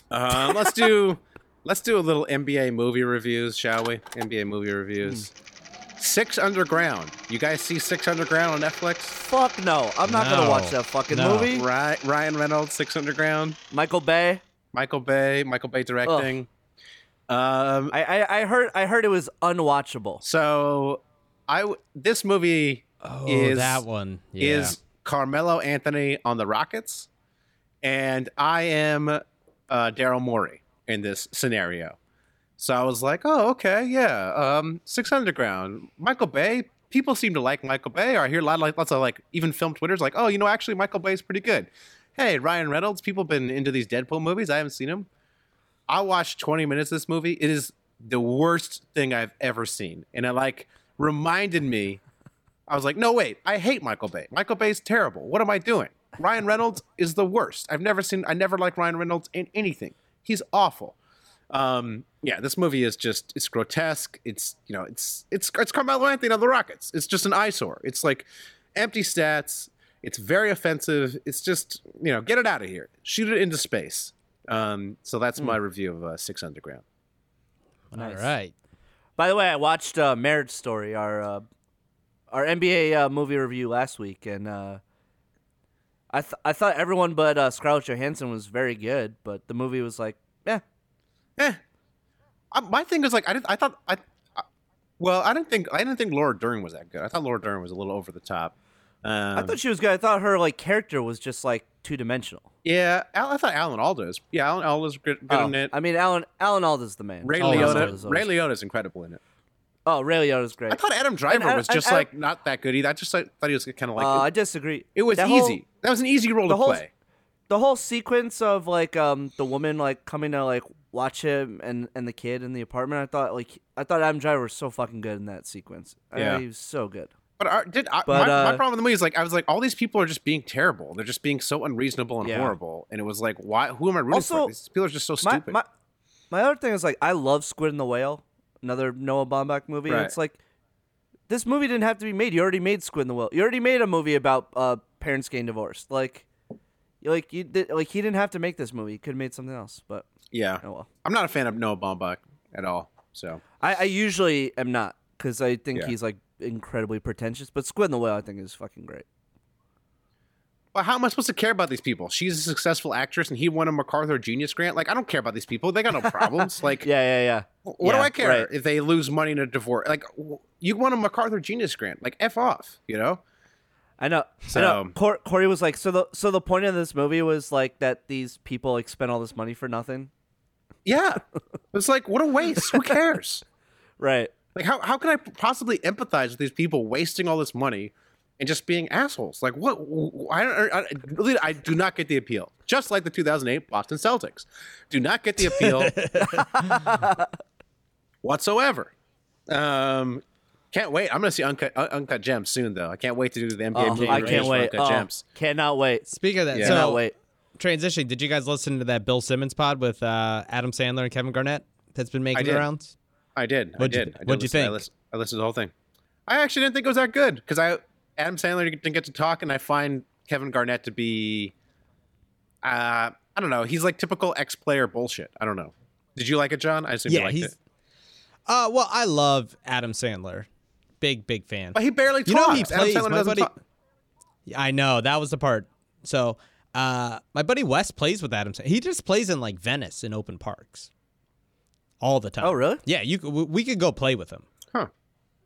[SPEAKER 7] Uh, let's do (laughs) let's do a little NBA movie reviews, shall we? NBA movie reviews. Six Underground. You guys see Six Underground on Netflix? Uh,
[SPEAKER 9] Fuck no. I'm not
[SPEAKER 8] No.
[SPEAKER 9] gonna watch that fucking
[SPEAKER 8] No.
[SPEAKER 9] movie.
[SPEAKER 7] Ry- Ryan Reynolds, Six Underground.
[SPEAKER 9] Michael Bay.
[SPEAKER 7] Michael Bay. Michael Bay directing. Um,
[SPEAKER 9] I, I I heard I heard it was unwatchable.
[SPEAKER 7] so I w- this movie
[SPEAKER 8] Oh,
[SPEAKER 7] is
[SPEAKER 8] that one. Yeah.
[SPEAKER 7] is Carmelo Anthony on the Rockets, and I am uh, Daryl Morey in this scenario. So I was like, oh, okay, yeah. Um, Six Underground, Michael Bay. People seem to like Michael Bay. Or I hear a lot of like, lots of like even film Twitter's like, oh, you know, actually Michael Bay's pretty good. Hey, Ryan Reynolds. People been into these Deadpool movies. I haven't seen him. I watched 20 minutes of this movie. It is the worst thing I've ever seen, and it like reminded me I was like, no, wait, I hate Michael Bay. Michael Bay's terrible. What am I doing? Ryan Reynolds is the worst. I've never seen, I never liked Ryan Reynolds in anything. He's awful. Um, yeah, this movie is just it's grotesque. It's you know it's it's it's Carmelo Anthony on the Rockets. It's just an eyesore. It's like empty stats. It's very offensive. It's just you know get it out of here. Shoot it into space. Um, so that's my review of uh, Six Underground.
[SPEAKER 8] All right.
[SPEAKER 9] By the way, I watched uh, Marriage Story, our uh, our NBA uh, movie review last week, and uh, I th- I thought everyone but uh, Scarlett Johansson was very good, but the movie was like, eh.
[SPEAKER 7] Eh. I, my thing is like I didn't. I thought I, I. Well, I didn't think I didn't think Laura Dern was that good. I thought Laura Dern was a little over the top. Um,
[SPEAKER 9] I thought she was good. I thought her like character was just like two dimensional.
[SPEAKER 7] yeah, Al, I thought Alan Alda's. Yeah, Alan Alda's good, good in it.
[SPEAKER 9] Oh, I mean, Alan Alan Alda's the man.
[SPEAKER 7] Ray
[SPEAKER 8] Oh, Alan
[SPEAKER 7] Liotta.
[SPEAKER 9] Alda's
[SPEAKER 7] Ray
[SPEAKER 9] always-
[SPEAKER 7] Liotta's incredible in it.
[SPEAKER 9] Oh, Ray Liotta's great.
[SPEAKER 7] I thought Adam Driver
[SPEAKER 9] Ad-
[SPEAKER 7] was
[SPEAKER 9] and
[SPEAKER 7] just
[SPEAKER 9] Ad-
[SPEAKER 7] like not that good either. I just like, thought he was kind of like
[SPEAKER 9] uh, I
[SPEAKER 7] it,
[SPEAKER 9] disagree.
[SPEAKER 7] it was
[SPEAKER 9] That
[SPEAKER 7] easy.
[SPEAKER 9] whole-
[SPEAKER 7] that was an easy role to
[SPEAKER 9] whole-
[SPEAKER 7] play.
[SPEAKER 9] the whole sequence of like um the woman like coming to like watch him and and the kid in the apartment i thought like i thought adam driver was so fucking good in that sequence I
[SPEAKER 7] Yeah.
[SPEAKER 9] he was so good
[SPEAKER 7] But I, did I,
[SPEAKER 9] But,
[SPEAKER 7] my, my
[SPEAKER 9] uh,
[SPEAKER 7] problem with the movie is like I was like all these people are just being terrible. They're just being so unreasonable and
[SPEAKER 9] Yeah.
[SPEAKER 7] horrible. And it was like why? Who am I rooting for?
[SPEAKER 9] Also,
[SPEAKER 7] These people are just so
[SPEAKER 9] my,
[SPEAKER 7] stupid.
[SPEAKER 9] my my other thing is like i love squid and the whale another noah baumbach movie
[SPEAKER 7] Right.
[SPEAKER 9] it's like this movie didn't have to be made you already made squid and the whale you already made a movie about uh parents getting divorced like you- like you did like he didn't have to make this movie he could have made something else but
[SPEAKER 7] yeah,
[SPEAKER 9] oh well
[SPEAKER 7] I'm not a fan of Noah Baumbach at all. So
[SPEAKER 9] I, I usually am not because I think
[SPEAKER 7] Yeah.
[SPEAKER 9] he's like incredibly pretentious. But Squid in the Whale, I think, is fucking great.
[SPEAKER 7] But how am I supposed to care about these people? She's a successful actress and he won a MacArthur Genius Grant. Like, I don't care about these people. They got
[SPEAKER 9] (laughs)
[SPEAKER 7] no problems. Like,
[SPEAKER 9] Yeah, yeah, yeah.
[SPEAKER 7] what do
[SPEAKER 9] Yeah,
[SPEAKER 7] I care
[SPEAKER 9] right.
[SPEAKER 7] if they lose money in a divorce? Like, w- you won a MacArthur Genius Grant. Like, F off, you know?
[SPEAKER 9] I know. I
[SPEAKER 7] So-
[SPEAKER 9] know. Cor- Corey was like, so the so the point of this movie was like that these people like spent all this money for nothing,
[SPEAKER 7] Yeah.
[SPEAKER 9] (laughs)
[SPEAKER 7] it's like, what a waste. Who cares?
[SPEAKER 9] right?
[SPEAKER 7] Like, how, how can I possibly empathize with these people wasting all this money and just being assholes? Like, what? I, I, I, really, I do not get the appeal. Just like the 2008 Boston Celtics. Do not get the
[SPEAKER 9] (laughs)
[SPEAKER 7] appeal whatsoever. Um, can't wait. I'm going to see Uncut, Un- Uncut Gems soon, though. I can't wait to do the NBA
[SPEAKER 9] Oh,
[SPEAKER 7] movie
[SPEAKER 9] I
[SPEAKER 7] reviews
[SPEAKER 9] can't
[SPEAKER 7] for
[SPEAKER 9] wait.
[SPEAKER 7] Uncut
[SPEAKER 9] Oh,
[SPEAKER 7] Gems.
[SPEAKER 9] cannot wait.
[SPEAKER 8] Speaking of that,
[SPEAKER 7] Yeah.
[SPEAKER 8] so
[SPEAKER 9] Cannot wait.
[SPEAKER 8] transitioning. Did you guys listen to that Bill Simmons pod with uh, Adam Sandler and Kevin Garnett that's been making the
[SPEAKER 7] did.
[SPEAKER 8] rounds?
[SPEAKER 7] I did.
[SPEAKER 8] What'd
[SPEAKER 7] I
[SPEAKER 8] you-
[SPEAKER 7] did. I did
[SPEAKER 8] what'd you
[SPEAKER 7] listen- I
[SPEAKER 8] think?
[SPEAKER 7] listened, I listened to the whole thing. I actually didn't think it was that good because I Adam Sandler didn't get to talk, and I find Kevin Garnett to be, uh, I don't know. He's like typical ex-player bullshit. I don't know. Did you like it, John? I assume you liked it.
[SPEAKER 8] Uh, well, I love Adam Sandler. Big, big fan.
[SPEAKER 7] But he barely talks.
[SPEAKER 8] you know he
[SPEAKER 7] Adam
[SPEAKER 8] plays
[SPEAKER 7] Sandler
[SPEAKER 8] my
[SPEAKER 7] doesn't
[SPEAKER 8] buddy.
[SPEAKER 7] talk.
[SPEAKER 8] I know that was the part. So, uh, my buddy Wes plays with Adam. Sandler. He just plays in like Venice in open parks, all the time.
[SPEAKER 9] Oh, really?
[SPEAKER 8] Yeah, you could- we- we could go play with him.
[SPEAKER 7] Huh.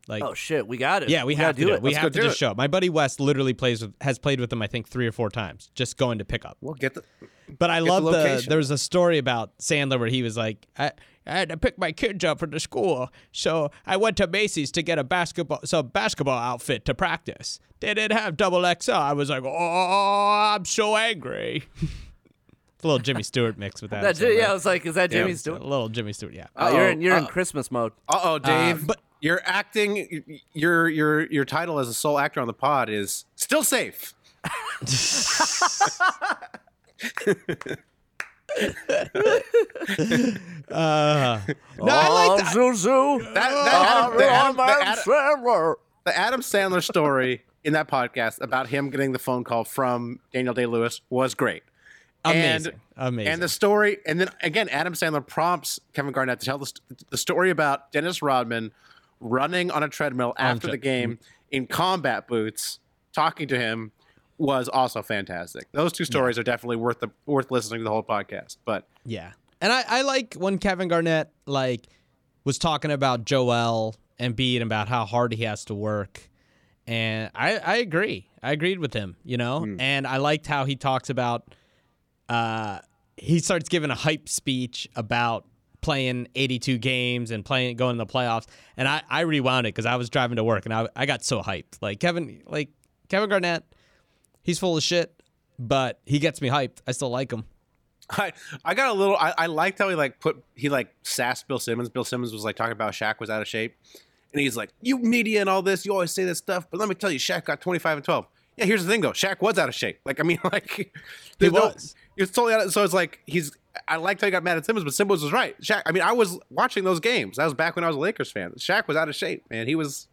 [SPEAKER 8] Like,
[SPEAKER 9] Oh shit, we got it.
[SPEAKER 8] yeah, we,
[SPEAKER 9] gotta
[SPEAKER 8] have to do it. We
[SPEAKER 7] Let's go
[SPEAKER 8] have to
[SPEAKER 7] do
[SPEAKER 8] just
[SPEAKER 7] it.
[SPEAKER 8] show. It. My buddy Wes literally plays with has played with him. I think three or four times, just going to pick up.
[SPEAKER 7] We'll get the.
[SPEAKER 8] But I love the,
[SPEAKER 7] location.
[SPEAKER 8] there was a story about Sandler where he was like, I, I had to pick my kids up from the school, so I went to Macy's to get a basketball some basketball outfit to practice. They didn't have double XL. I was like, oh, I'm so angry. (laughs) it's a little Jimmy Stewart mix with that.
[SPEAKER 9] That,
[SPEAKER 8] Sandler.
[SPEAKER 9] yeah, I was like, is that Jimmy's
[SPEAKER 8] It's a
[SPEAKER 9] doing?
[SPEAKER 8] little Jimmy Stewart. Yeah.
[SPEAKER 9] Uh, you're
[SPEAKER 7] Uh-oh.
[SPEAKER 9] in you're in Christmas mode.
[SPEAKER 7] Uh oh, Dave.
[SPEAKER 8] but-
[SPEAKER 7] you're acting. y- Your your your title as a sole actor on the pod is still safe.
[SPEAKER 8] no, I like that.
[SPEAKER 9] Zoo zoo.
[SPEAKER 7] That, that Adam, the, Adam, the, Adam,
[SPEAKER 9] Sandler.
[SPEAKER 7] the Adam Sandler
[SPEAKER 8] (laughs)
[SPEAKER 7] story in that podcast about him getting the phone call from Daniel Day Lewis was great.
[SPEAKER 8] Amazing.
[SPEAKER 7] And,
[SPEAKER 8] Amazing.
[SPEAKER 7] And the story, and then again, Adam Sandler prompts Kevin Garnett to tell the, st- the story about Dennis Rodman running on a treadmill after
[SPEAKER 8] tre-
[SPEAKER 7] the game in combat boots, talking to him was also fantastic. Those two stories are definitely worth the worth listening to the whole podcast. But
[SPEAKER 8] Yeah. And I, I like when Kevin Garnett like was talking about Joel and Embiid about how hard he has to work. And I, I agree. I agreed with him, you know? And I liked how he talks about uh he starts giving a hype speech about playing 82 games and playing going to the playoffs and I, I rewound it because I was driving to work and I, I got so hyped like Kevin like Kevin Garnett he's full of shit but he gets me hyped I still like him
[SPEAKER 7] I, I got a little. I, I liked how he like put he like sassed Bill Simmons. Bill Simmons was like talking about Shaq was out of shape, and he's like, "You media and all this, you always say this stuff, but let me tell you, Shaq got twenty five and twelve. Yeah, here's the thing though. Shaq was out of shape. Like I mean, (laughs) like he
[SPEAKER 8] was.
[SPEAKER 7] He was totally out. Of, so it's like he's. I liked how he got mad at Simmons, but Simmons was right. Shaq. I mean, I was watching those games. That was back when I was a Lakers fan. Shaq was out of shape, man. He was,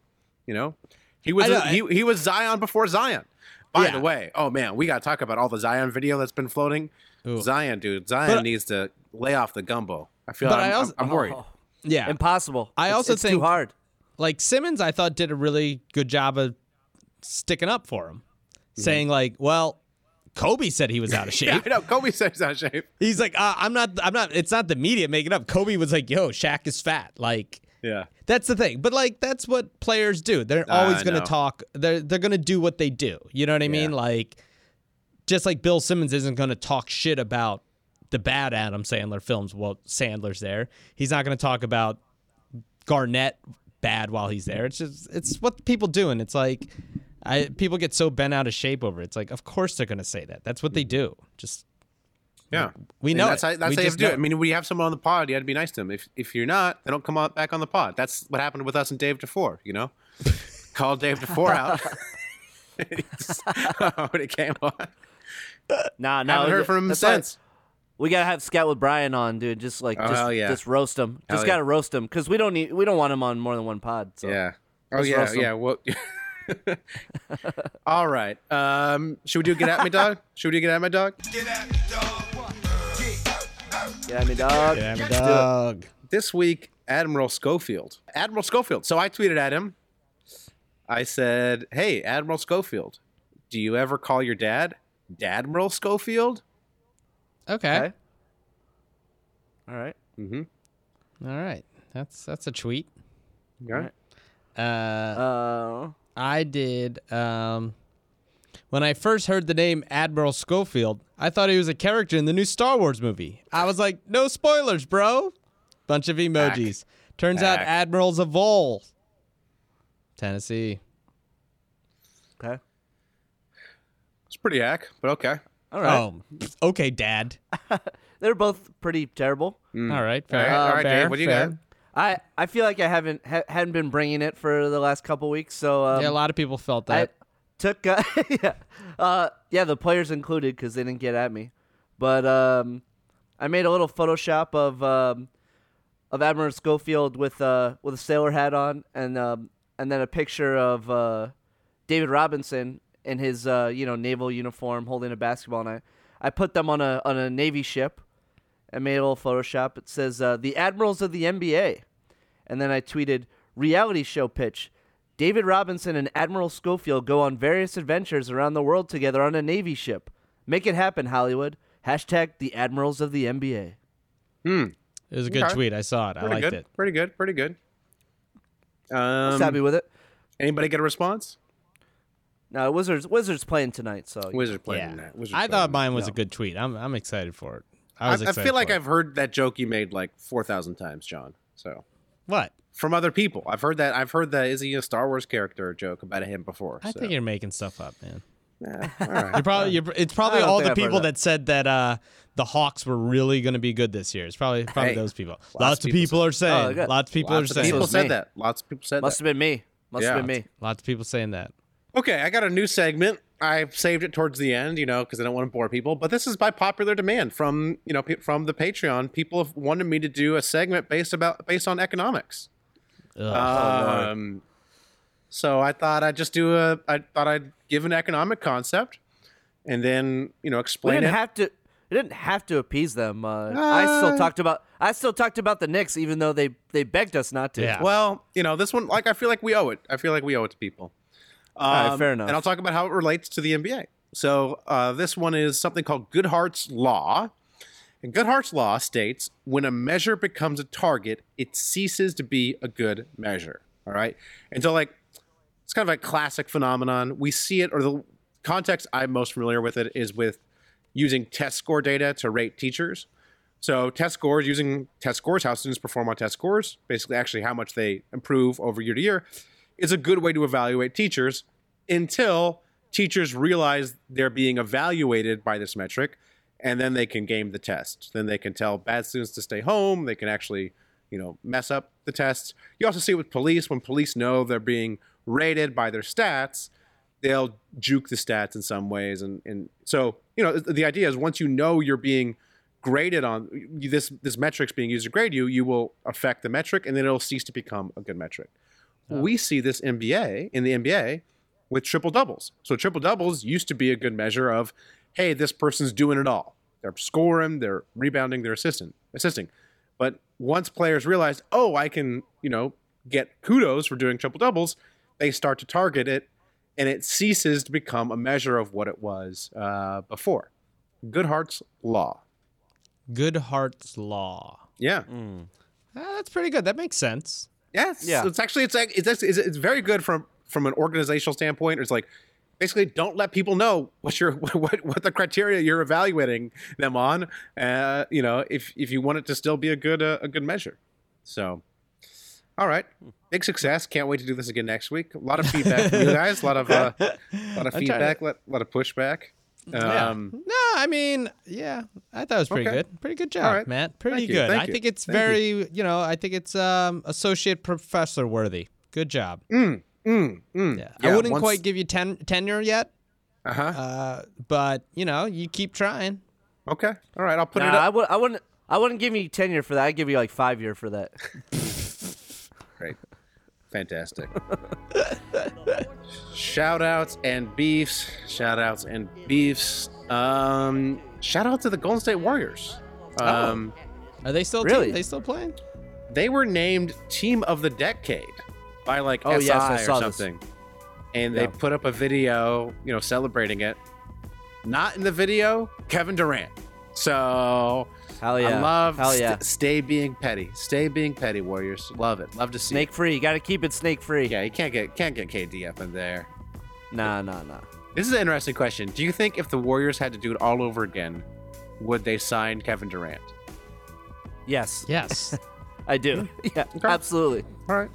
[SPEAKER 7] you know, he was
[SPEAKER 8] I know,
[SPEAKER 7] he, he was Zion before Zion. By
[SPEAKER 8] Yeah.
[SPEAKER 7] the way, oh man, we gotta talk about all the Zion video that's been floating.
[SPEAKER 8] Ooh.
[SPEAKER 7] Zion, dude, Zion
[SPEAKER 8] But-
[SPEAKER 7] needs to lay off the gumbo. I feel.
[SPEAKER 8] But
[SPEAKER 7] I'm,
[SPEAKER 8] I also-
[SPEAKER 7] I'm, I'm worried.
[SPEAKER 9] Oh,
[SPEAKER 8] Yeah.
[SPEAKER 9] impossible.
[SPEAKER 8] I
[SPEAKER 9] It's-
[SPEAKER 8] also
[SPEAKER 9] it's too
[SPEAKER 8] think-
[SPEAKER 9] hard.
[SPEAKER 8] like Simmons, I thought did a really good job of sticking up for him, saying like, "Well, Kobe said he was out of
[SPEAKER 7] Yeah,
[SPEAKER 8] shape."
[SPEAKER 7] (laughs) I know. Kobe says he's out of shape.
[SPEAKER 8] He's like, uh, "I'm not. I'm not. It's not the media making up." Kobe was like, "Yo, Shaq is fat." Like,
[SPEAKER 7] Yeah.
[SPEAKER 8] that's the thing. But like, that's what players do. They're
[SPEAKER 7] I
[SPEAKER 8] always going
[SPEAKER 7] know.
[SPEAKER 8] to talk. They're they're going to do what they do. You know what I mean? Like, just like Bill Simmons isn't going to talk shit about the bad Adam Sandler films while Sandler's there. He's not going to talk about Garnett bad while he's there. It's just it's what people do, and it's like. I, people get so bent out of shape over it. It's like, of course they're going to say that. That's what they do. Just
[SPEAKER 7] Yeah,
[SPEAKER 8] We
[SPEAKER 7] And
[SPEAKER 8] know
[SPEAKER 7] that's
[SPEAKER 8] it.
[SPEAKER 7] how, that's
[SPEAKER 8] We
[SPEAKER 7] how you have
[SPEAKER 8] just
[SPEAKER 7] to do
[SPEAKER 8] know
[SPEAKER 7] it. I
[SPEAKER 8] it.
[SPEAKER 7] mean, we have someone on the pod. You had to be nice to them. If if you're not, they don't come on, back on the pod. That's what happened with us and Dave DeFore. You
[SPEAKER 8] (laughs)
[SPEAKER 7] know, call Dave DeFore out (laughs) when it came on.
[SPEAKER 9] Nah, nah.
[SPEAKER 7] Haven't heard
[SPEAKER 9] th-
[SPEAKER 7] from him
[SPEAKER 9] that's why-
[SPEAKER 7] since.
[SPEAKER 9] We gotta have Scout with Brian on, dude. Just like,
[SPEAKER 7] Oh,
[SPEAKER 9] just,
[SPEAKER 7] hell yeah.
[SPEAKER 9] just roast him.
[SPEAKER 7] Hell
[SPEAKER 9] Just
[SPEAKER 7] yeah.
[SPEAKER 9] gotta roast him because we don't need, we don't want him on more than one pod. So.
[SPEAKER 7] Yeah. Oh
[SPEAKER 9] Let's
[SPEAKER 7] yeah,
[SPEAKER 9] roast 'em.
[SPEAKER 7] yeah. Well. (laughs) All right. Um, should we do get at me, dog? (laughs) Should we do get at my dog?
[SPEAKER 9] yeah, I mean, dog.
[SPEAKER 8] dog.
[SPEAKER 7] this week, Admiral Schofield. Admiral Schofield. So I tweeted at him. I said, Hey, Admiral Schofield, do you ever call your dad Dadmiral Schofield?
[SPEAKER 8] Okay.
[SPEAKER 9] Okay. All right.
[SPEAKER 8] All right. That's that's a tweet.
[SPEAKER 7] Yeah.
[SPEAKER 8] Uh,
[SPEAKER 9] Uh,
[SPEAKER 8] I did. Um, when I first heard the name Admiral Schofield, I thought he was a character in the new Star Wars movie. I was like, no spoilers, bro. Bunch of emojis. Turns out
[SPEAKER 7] Back.
[SPEAKER 8] Admiral's a vole. Tennessee.
[SPEAKER 9] okay.
[SPEAKER 7] It's pretty hack, but okay.
[SPEAKER 9] All right.
[SPEAKER 8] Oh, okay, Dad.
[SPEAKER 9] They're both pretty terrible.
[SPEAKER 8] All right, fair.
[SPEAKER 7] Hmm. All right, all right,
[SPEAKER 8] fair,
[SPEAKER 7] Dave, what do you
[SPEAKER 8] fair.
[SPEAKER 7] got?
[SPEAKER 9] I I feel like I haven't ha- hadn't been bringing it for the last couple weeks. So um,
[SPEAKER 8] yeah, a lot of people felt
[SPEAKER 9] I
[SPEAKER 8] that.
[SPEAKER 9] took uh, (laughs) yeah, uh, yeah, the players included because they didn't get at me, but um, I made a little Photoshop of um, of Admiral Schofield with uh with a sailor hat on and um and then a picture of uh, David Robinson in his uh you know naval uniform holding a basketball and I, I put them on a on a navy ship. I made a little Photoshop. It says uh, the admirals of the NBA. And then I tweeted, reality show pitch. David Robinson and Admiral Schofield go on various adventures around the world together on a Navy ship. Make it happen, Hollywood. Hashtag the Admirals of the NBA.
[SPEAKER 8] it was a good
[SPEAKER 7] okay.
[SPEAKER 8] tweet. I saw it. I
[SPEAKER 7] Pretty
[SPEAKER 8] liked
[SPEAKER 7] good.
[SPEAKER 8] it.
[SPEAKER 7] Pretty good. Pretty good.
[SPEAKER 9] I was
[SPEAKER 7] Um,
[SPEAKER 9] happy with it.
[SPEAKER 7] anybody get a response?
[SPEAKER 9] Now Wizards Wizards playing tonight, so
[SPEAKER 7] Wizard playing
[SPEAKER 8] Yeah.
[SPEAKER 7] that. Wizard
[SPEAKER 8] I
[SPEAKER 7] playing
[SPEAKER 8] thought
[SPEAKER 7] that.
[SPEAKER 8] mine was a good tweet. I'm I'm excited for it. I
[SPEAKER 7] I,
[SPEAKER 8] was
[SPEAKER 7] I
[SPEAKER 8] excited
[SPEAKER 7] feel like
[SPEAKER 8] for it.
[SPEAKER 7] I've heard that joke you made like four thousand times, John. So
[SPEAKER 8] what?
[SPEAKER 7] from other people, I've heard that. I've heard that is he a Star Wars character joke about him before?
[SPEAKER 8] I
[SPEAKER 7] so.
[SPEAKER 8] think you're making stuff up, man. (laughs)
[SPEAKER 7] Yeah, all right.
[SPEAKER 8] You probably you're, it's probably
[SPEAKER 9] I don't
[SPEAKER 8] all
[SPEAKER 9] think
[SPEAKER 8] the
[SPEAKER 9] I've heard
[SPEAKER 8] people
[SPEAKER 9] that.
[SPEAKER 8] that. said that uh, the Hawks were really going to be good this year. It's probably probably
[SPEAKER 7] Hey,
[SPEAKER 8] those people. Lots,
[SPEAKER 7] lots of
[SPEAKER 8] of people,
[SPEAKER 7] people
[SPEAKER 8] are
[SPEAKER 9] Oh,
[SPEAKER 8] saying.
[SPEAKER 9] good.
[SPEAKER 8] lots of people
[SPEAKER 7] Lots
[SPEAKER 8] are
[SPEAKER 7] of
[SPEAKER 8] saying.
[SPEAKER 7] people
[SPEAKER 9] was
[SPEAKER 7] said
[SPEAKER 9] me.
[SPEAKER 7] that. Lots of people said
[SPEAKER 9] must
[SPEAKER 7] that.
[SPEAKER 9] have been me. Must
[SPEAKER 7] Yeah.
[SPEAKER 9] have been me.
[SPEAKER 8] Lots of people saying that.
[SPEAKER 7] Okay, I got a new segment. I saved it towards the end, you know, because I don't want to bore people. But this is by popular demand from you know pe- from the Patreon. People have wanted me to do a segment based about based on economics. Um, so I thought I'd just do a. I thought I'd give an economic concept, and then you know
[SPEAKER 9] We
[SPEAKER 7] explain
[SPEAKER 9] didn't
[SPEAKER 7] it.
[SPEAKER 9] have to. We didn't have to appease them. Uh, I still talked about. I still talked about the Knicks, even though they they begged us not to.
[SPEAKER 8] Yeah.
[SPEAKER 7] well, you know, this one like I feel like we owe it. I feel like we owe it to people.
[SPEAKER 9] right,
[SPEAKER 7] Um,
[SPEAKER 9] fair enough.
[SPEAKER 7] And I'll talk about how it relates to the NBA. So uh, this one is something called Goodhart's Law. And Goodhart's Law states when a measure becomes a target, it ceases to be a good measure. All right. And so, like, it's kind of a classic phenomenon. We see it, or the context I'm most familiar with it is with using test score data to rate teachers. So test scores using test scores, how students perform on test scores, basically actually how much they improve over year to year, is a good way to evaluate teachers until teachers realize they're being evaluated by this metric and then they can game the test. Then they can tell bad students to stay home, they can actually, you know, mess up the tests. You also see it with police when police know they're being rated by their stats, they'll juke the stats in some ways and and so you know the idea is once you know you're being graded on this this metric's being used to grade you you will affect the metric and then it'll cease to become a good metric we see this nba in the nba with triple doubles so triple doubles used to be a good measure of hey this person's doing it all they're scoring they're rebounding they're assisting assisting but once players realized oh i can you know get kudos for doing triple doubles they start to target it and it ceases to become a measure of what it was uh, before. Goodhart's Law.
[SPEAKER 8] Goodhart's Law.
[SPEAKER 7] Yeah.
[SPEAKER 8] Ah, that's pretty good. That makes sense.
[SPEAKER 7] Yes.
[SPEAKER 9] Yeah.
[SPEAKER 7] It's actually it's like- it's, actually- it's it's very good from from an organizational standpoint. It's like basically don't let people know what your (laughs) what what the criteria you're evaluating them on. Uh, you know, if if you want it to still be a good uh, a good measure. So. All right, big success. Can't wait to do this again next week. A lot of feedback
[SPEAKER 9] (laughs)
[SPEAKER 7] from you guys. A lot of uh, a lot of feedback. A lot, lot of pushback. Um,
[SPEAKER 8] No, I mean, yeah, I thought it was pretty
[SPEAKER 7] Okay.
[SPEAKER 8] good. Pretty good job,
[SPEAKER 7] right.
[SPEAKER 8] Matt. Pretty
[SPEAKER 7] Thank you,
[SPEAKER 8] good.
[SPEAKER 7] thank
[SPEAKER 8] I
[SPEAKER 7] you,
[SPEAKER 8] think it's
[SPEAKER 7] thank you.
[SPEAKER 8] very, you. know, I think it's um, associate professor worthy. Good job. Yeah. I
[SPEAKER 7] Mm, Yeah,
[SPEAKER 8] wouldn't
[SPEAKER 7] once-
[SPEAKER 8] quite give you ten- tenure yet,
[SPEAKER 7] Uh-huh.
[SPEAKER 8] uh, but you know, you keep trying.
[SPEAKER 7] Okay. All right. I'll put it
[SPEAKER 9] Nah,
[SPEAKER 7] up.
[SPEAKER 9] I, would, I wouldn't. I wouldn't give you tenure for that. I'd give you like five year for that.
[SPEAKER 7] Great.
[SPEAKER 9] (laughs)
[SPEAKER 7] Fantastic. shout outs and beefs. Shout outs and beefs. Um, shout out to the Golden State Warriors.
[SPEAKER 9] Oh.
[SPEAKER 7] Um,
[SPEAKER 8] Are they still
[SPEAKER 9] Really?
[SPEAKER 8] team? They still playing?
[SPEAKER 7] They were named Team of the Decade by like
[SPEAKER 9] Oh,
[SPEAKER 7] SI
[SPEAKER 9] yes, I
[SPEAKER 7] or
[SPEAKER 9] saw this.
[SPEAKER 7] something. And they
[SPEAKER 9] Yeah.
[SPEAKER 7] put up a video, you know, celebrating it. Not in the video, Kevin Durant. So
[SPEAKER 9] Hell
[SPEAKER 7] (laughs)
[SPEAKER 9] yeah!
[SPEAKER 7] I love
[SPEAKER 9] Hell
[SPEAKER 7] st-
[SPEAKER 9] yeah!
[SPEAKER 7] stay being petty. Stay being petty, Warriors. Love it. Love to see it.
[SPEAKER 9] snake free. You gotta keep it snake free.
[SPEAKER 7] Yeah, you can't get can't get KD up in there.
[SPEAKER 9] Nah, nah, nah.
[SPEAKER 7] This is an interesting question. Do you think if the Warriors had to do it all over again, would they sign Kevin Durant?
[SPEAKER 9] Yes,
[SPEAKER 8] (laughs) Yes.
[SPEAKER 9] I do. (laughs) Yeah, absolutely.
[SPEAKER 7] All right.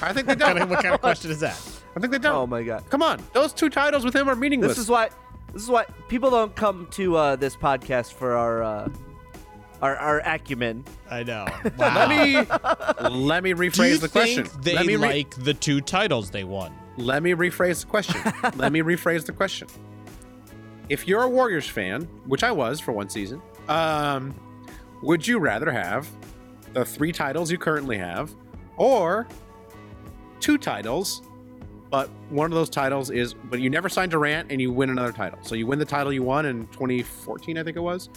[SPEAKER 7] I think they don't.
[SPEAKER 8] what kind of question is that?
[SPEAKER 7] I think they don't.
[SPEAKER 9] (laughs) Oh my god.
[SPEAKER 7] Come on, those two titles with him are meaningless.
[SPEAKER 9] This is why. This is why people don't come to uh, this podcast for our uh, our our acumen.
[SPEAKER 8] I (laughs) know.
[SPEAKER 7] let
[SPEAKER 9] (laughs)
[SPEAKER 7] me let me rephrase
[SPEAKER 8] Do you
[SPEAKER 7] the
[SPEAKER 8] think
[SPEAKER 7] question.
[SPEAKER 8] they
[SPEAKER 7] let me re-
[SPEAKER 8] like the two titles they won?
[SPEAKER 7] let me rephrase the question. let me rephrase the question. If you're a Warriors fan, which I was for one season, um, would you rather have the three titles you currently have, or two titles, but one of those titles is but you never sign Durant and you win another title. So you win the title you won in 2014, I think it was,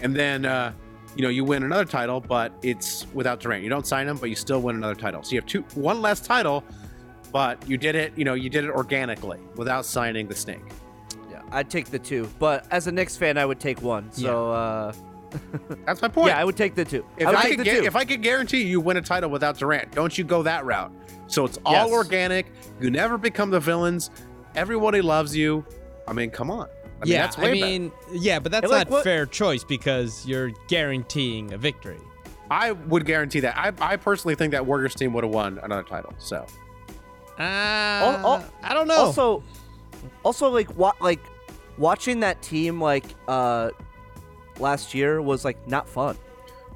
[SPEAKER 7] and then uh, you know you win another title, but it's without Durant. You don't sign him, but you still win another title. So you have two, one less title, but you did it. You know you did it organically without signing the snake.
[SPEAKER 9] Yeah, I'd take the two, but as a Knicks fan, I would take one. So uh,
[SPEAKER 7] That's my point.
[SPEAKER 9] yeah, I would take the two.
[SPEAKER 7] If
[SPEAKER 9] I
[SPEAKER 7] I,
[SPEAKER 9] would take
[SPEAKER 7] could
[SPEAKER 9] the
[SPEAKER 7] gu-
[SPEAKER 9] two.
[SPEAKER 7] if I could guarantee you win a title without Durant, don't you go that route. So it's all
[SPEAKER 9] Yes.
[SPEAKER 7] organic. You never become the villains. Everybody loves you. I mean, come on. I mean,
[SPEAKER 8] yeah,
[SPEAKER 7] that's way
[SPEAKER 8] I
[SPEAKER 7] better.
[SPEAKER 8] mean, yeah, but that's
[SPEAKER 9] And, like,
[SPEAKER 8] not
[SPEAKER 9] what-
[SPEAKER 8] fair choice because you're guaranteeing a victory.
[SPEAKER 7] I would guarantee that. I, I personally think that Warriors team would have won another title. So
[SPEAKER 8] Uh,
[SPEAKER 9] al-
[SPEAKER 8] I don't know.
[SPEAKER 9] also,
[SPEAKER 7] Oh.
[SPEAKER 9] also like what like watching that team like uh last year was like not fun.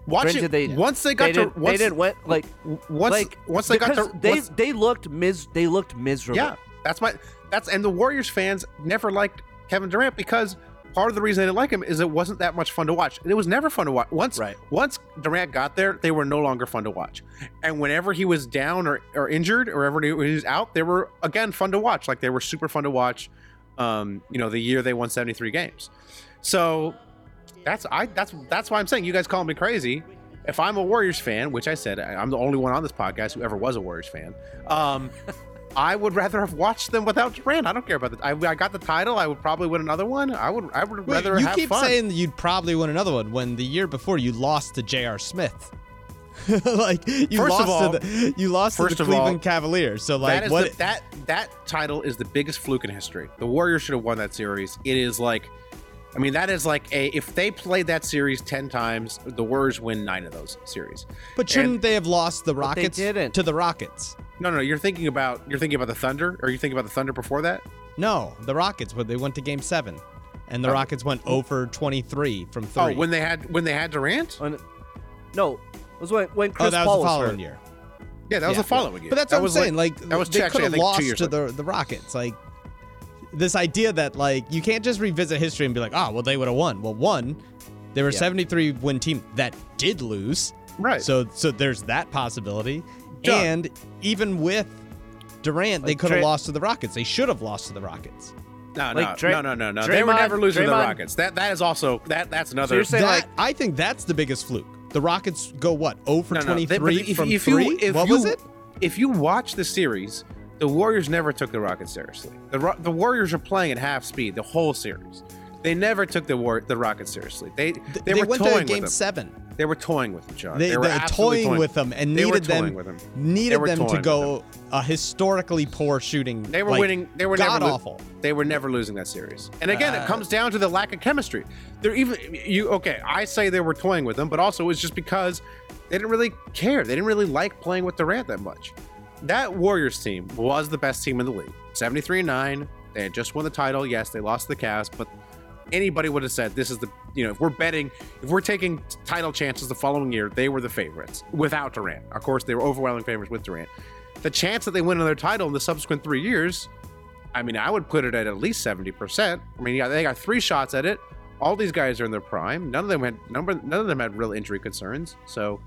[SPEAKER 7] watching
[SPEAKER 9] Granted, they
[SPEAKER 7] once they got
[SPEAKER 9] they
[SPEAKER 7] to
[SPEAKER 9] didn't,
[SPEAKER 7] once
[SPEAKER 9] they didn't win like
[SPEAKER 7] once
[SPEAKER 9] like
[SPEAKER 7] once they got
[SPEAKER 9] because
[SPEAKER 7] to
[SPEAKER 9] they
[SPEAKER 7] once-
[SPEAKER 9] they looked mis they looked miserable.
[SPEAKER 7] Yeah, that's my that's and the Warriors fans never liked Kevin Durant because part of the reason they didn't like him is it wasn't that much fun to watch. It was never fun to watch. Once
[SPEAKER 9] Right.
[SPEAKER 7] once Durant got there, they were no longer fun to watch. And whenever he was down or, or injured or whenever he was out, they were again fun to watch. Like they were super fun to watch. Um, you know, the year they won 73 games. So that's I that's that's why I'm saying you guys call me crazy. If I'm a Warriors fan, which I said I- I'm the only one on this podcast who ever was a Warriors fan,
[SPEAKER 8] (laughs)
[SPEAKER 7] um, I would rather have watched them without Durant. I don't care about the. I, I got the title. I would probably win another one. I would. I would
[SPEAKER 8] Wait,
[SPEAKER 7] rather
[SPEAKER 8] you
[SPEAKER 7] have
[SPEAKER 8] keep
[SPEAKER 7] fun.
[SPEAKER 8] saying that you'd probably win another one when the year before you lost to J.R. Smith. (laughs) like you
[SPEAKER 7] First
[SPEAKER 8] lost
[SPEAKER 7] of all-
[SPEAKER 8] to the you lost to the
[SPEAKER 7] first of all,
[SPEAKER 8] Cleveland Cavaliers. So
[SPEAKER 7] that
[SPEAKER 8] like
[SPEAKER 7] is
[SPEAKER 8] what
[SPEAKER 7] the, that that title is the biggest fluke in history. The Warriors should have won that series. It is like, I mean, that is like a if they played that series ten times, the Warriors win nine of those series.
[SPEAKER 8] But shouldn't they have lost the
[SPEAKER 9] they
[SPEAKER 8] Rockets
[SPEAKER 9] didn't.
[SPEAKER 8] to the Rockets?
[SPEAKER 7] No, no, you're thinking about you're thinking about the Thunder, or you thinking about the Thunder before that.
[SPEAKER 8] No, the Rockets, but they went to game 7 and the
[SPEAKER 9] Uh,
[SPEAKER 8] Rockets went 0 for 23 from 3.
[SPEAKER 7] Oh,
[SPEAKER 8] Uh,
[SPEAKER 7] when they had when they had Durant.
[SPEAKER 9] When- no, it was when when Chris
[SPEAKER 8] Oh, that was
[SPEAKER 9] Paul
[SPEAKER 8] the
[SPEAKER 9] was
[SPEAKER 8] following
[SPEAKER 9] hurt.
[SPEAKER 8] year.
[SPEAKER 7] Yeah, that was
[SPEAKER 9] Yeah.
[SPEAKER 7] the following year.
[SPEAKER 8] But that's
[SPEAKER 7] that
[SPEAKER 8] what I'm
[SPEAKER 7] was
[SPEAKER 8] saying. Like,
[SPEAKER 7] that was
[SPEAKER 8] they
[SPEAKER 7] actually,
[SPEAKER 8] could
[SPEAKER 7] I
[SPEAKER 8] have
[SPEAKER 7] think, two
[SPEAKER 8] lost
[SPEAKER 7] years
[SPEAKER 8] to
[SPEAKER 7] later.
[SPEAKER 8] the the Rockets. Like this idea that like you can't just revisit history and be like, oh, well, they would have won. Well, one, they were a 73 win team that did lose.
[SPEAKER 7] Right.
[SPEAKER 8] So so there's that possibility.
[SPEAKER 7] Done.
[SPEAKER 8] And even with Durant, they
[SPEAKER 9] Like,
[SPEAKER 8] could have
[SPEAKER 9] Dra-
[SPEAKER 8] lost to the Rockets. They should have lost to the Rockets.
[SPEAKER 7] No,
[SPEAKER 9] Like
[SPEAKER 7] no,
[SPEAKER 9] Dray-
[SPEAKER 7] no, no, no, no. They were
[SPEAKER 9] Draymond-
[SPEAKER 7] never losing to the
[SPEAKER 9] Draymond-
[SPEAKER 7] Rockets. That that is also that that's another.
[SPEAKER 9] So you're saying
[SPEAKER 8] That,
[SPEAKER 9] like
[SPEAKER 8] I think that's the biggest fluke. The Rockets go what 0 for
[SPEAKER 7] no, no, they-
[SPEAKER 8] 23
[SPEAKER 7] but if-
[SPEAKER 8] from
[SPEAKER 7] if you-
[SPEAKER 8] three.
[SPEAKER 7] if
[SPEAKER 8] what
[SPEAKER 7] you-
[SPEAKER 8] was it?
[SPEAKER 7] If you watch the series, the Warriors never took the Rockets seriously. The Ro- the Warriors are playing at half speed the whole series. They never took the war the Rockets seriously. They they, were
[SPEAKER 8] went
[SPEAKER 7] toying
[SPEAKER 8] to game
[SPEAKER 7] with them.
[SPEAKER 8] seven.
[SPEAKER 7] They were toying with them, John.
[SPEAKER 8] They, they
[SPEAKER 7] were
[SPEAKER 8] were
[SPEAKER 7] absolutely
[SPEAKER 8] toying with them and
[SPEAKER 7] They were
[SPEAKER 8] needed them,
[SPEAKER 7] toying with them. They
[SPEAKER 8] needed
[SPEAKER 7] were
[SPEAKER 8] them to
[SPEAKER 7] toying with
[SPEAKER 8] go a historically poor shooting.
[SPEAKER 7] They were
[SPEAKER 8] Mm, like,
[SPEAKER 7] winning. They were
[SPEAKER 8] god
[SPEAKER 7] never lo-
[SPEAKER 8] awful.
[SPEAKER 7] They were never losing that series. And again, it comes down to the lack of chemistry. They're even you. Okay, I say they were toying with them, but also it was just because they didn't really care. They didn't really like playing with Durant that much. That Warriors team was the best team in the league. Seventy-three nine. They had just won the title. Yes, they lost to the Cavs, but anybody would have said this is the you know if we're betting if we're taking title chances the following year they were the favorites without Durant of course they were overwhelming favorites with Durant the chance that they win another title in the subsequent three years I mean I would put it at at least 70% I mean yeah, they got three shots at it all these guys are in their prime none of them had number none of them had real injury concerns so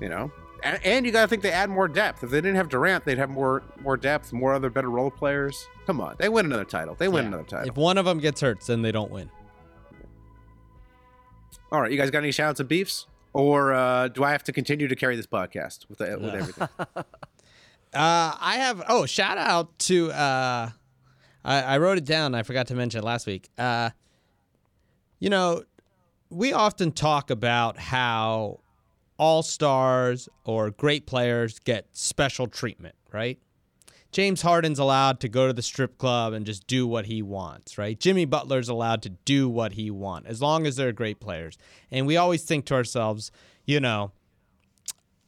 [SPEAKER 7] you know and, and you gotta think they add more depth if they didn't have Durant they'd have more more depth more other better role players come on they win another title they win
[SPEAKER 8] Yeah.
[SPEAKER 7] another title
[SPEAKER 8] If one of them gets hurt, then they don't win.
[SPEAKER 7] All right, you guys got any shout outs and beefs? Or uh, do I have to continue to carry this podcast with, the, with
[SPEAKER 8] (laughs)
[SPEAKER 7] everything?
[SPEAKER 8] Uh, I have oh shout out to uh, I, I wrote it down. I forgot to mention it last week. Uh, you know, we often talk about how all stars or great players get special treatment, right? James Harden's allowed to go to the strip club and just do what he wants, right? Jimmy Butler's allowed to do what he wants as long as they're great players. And we always think to ourselves, you know,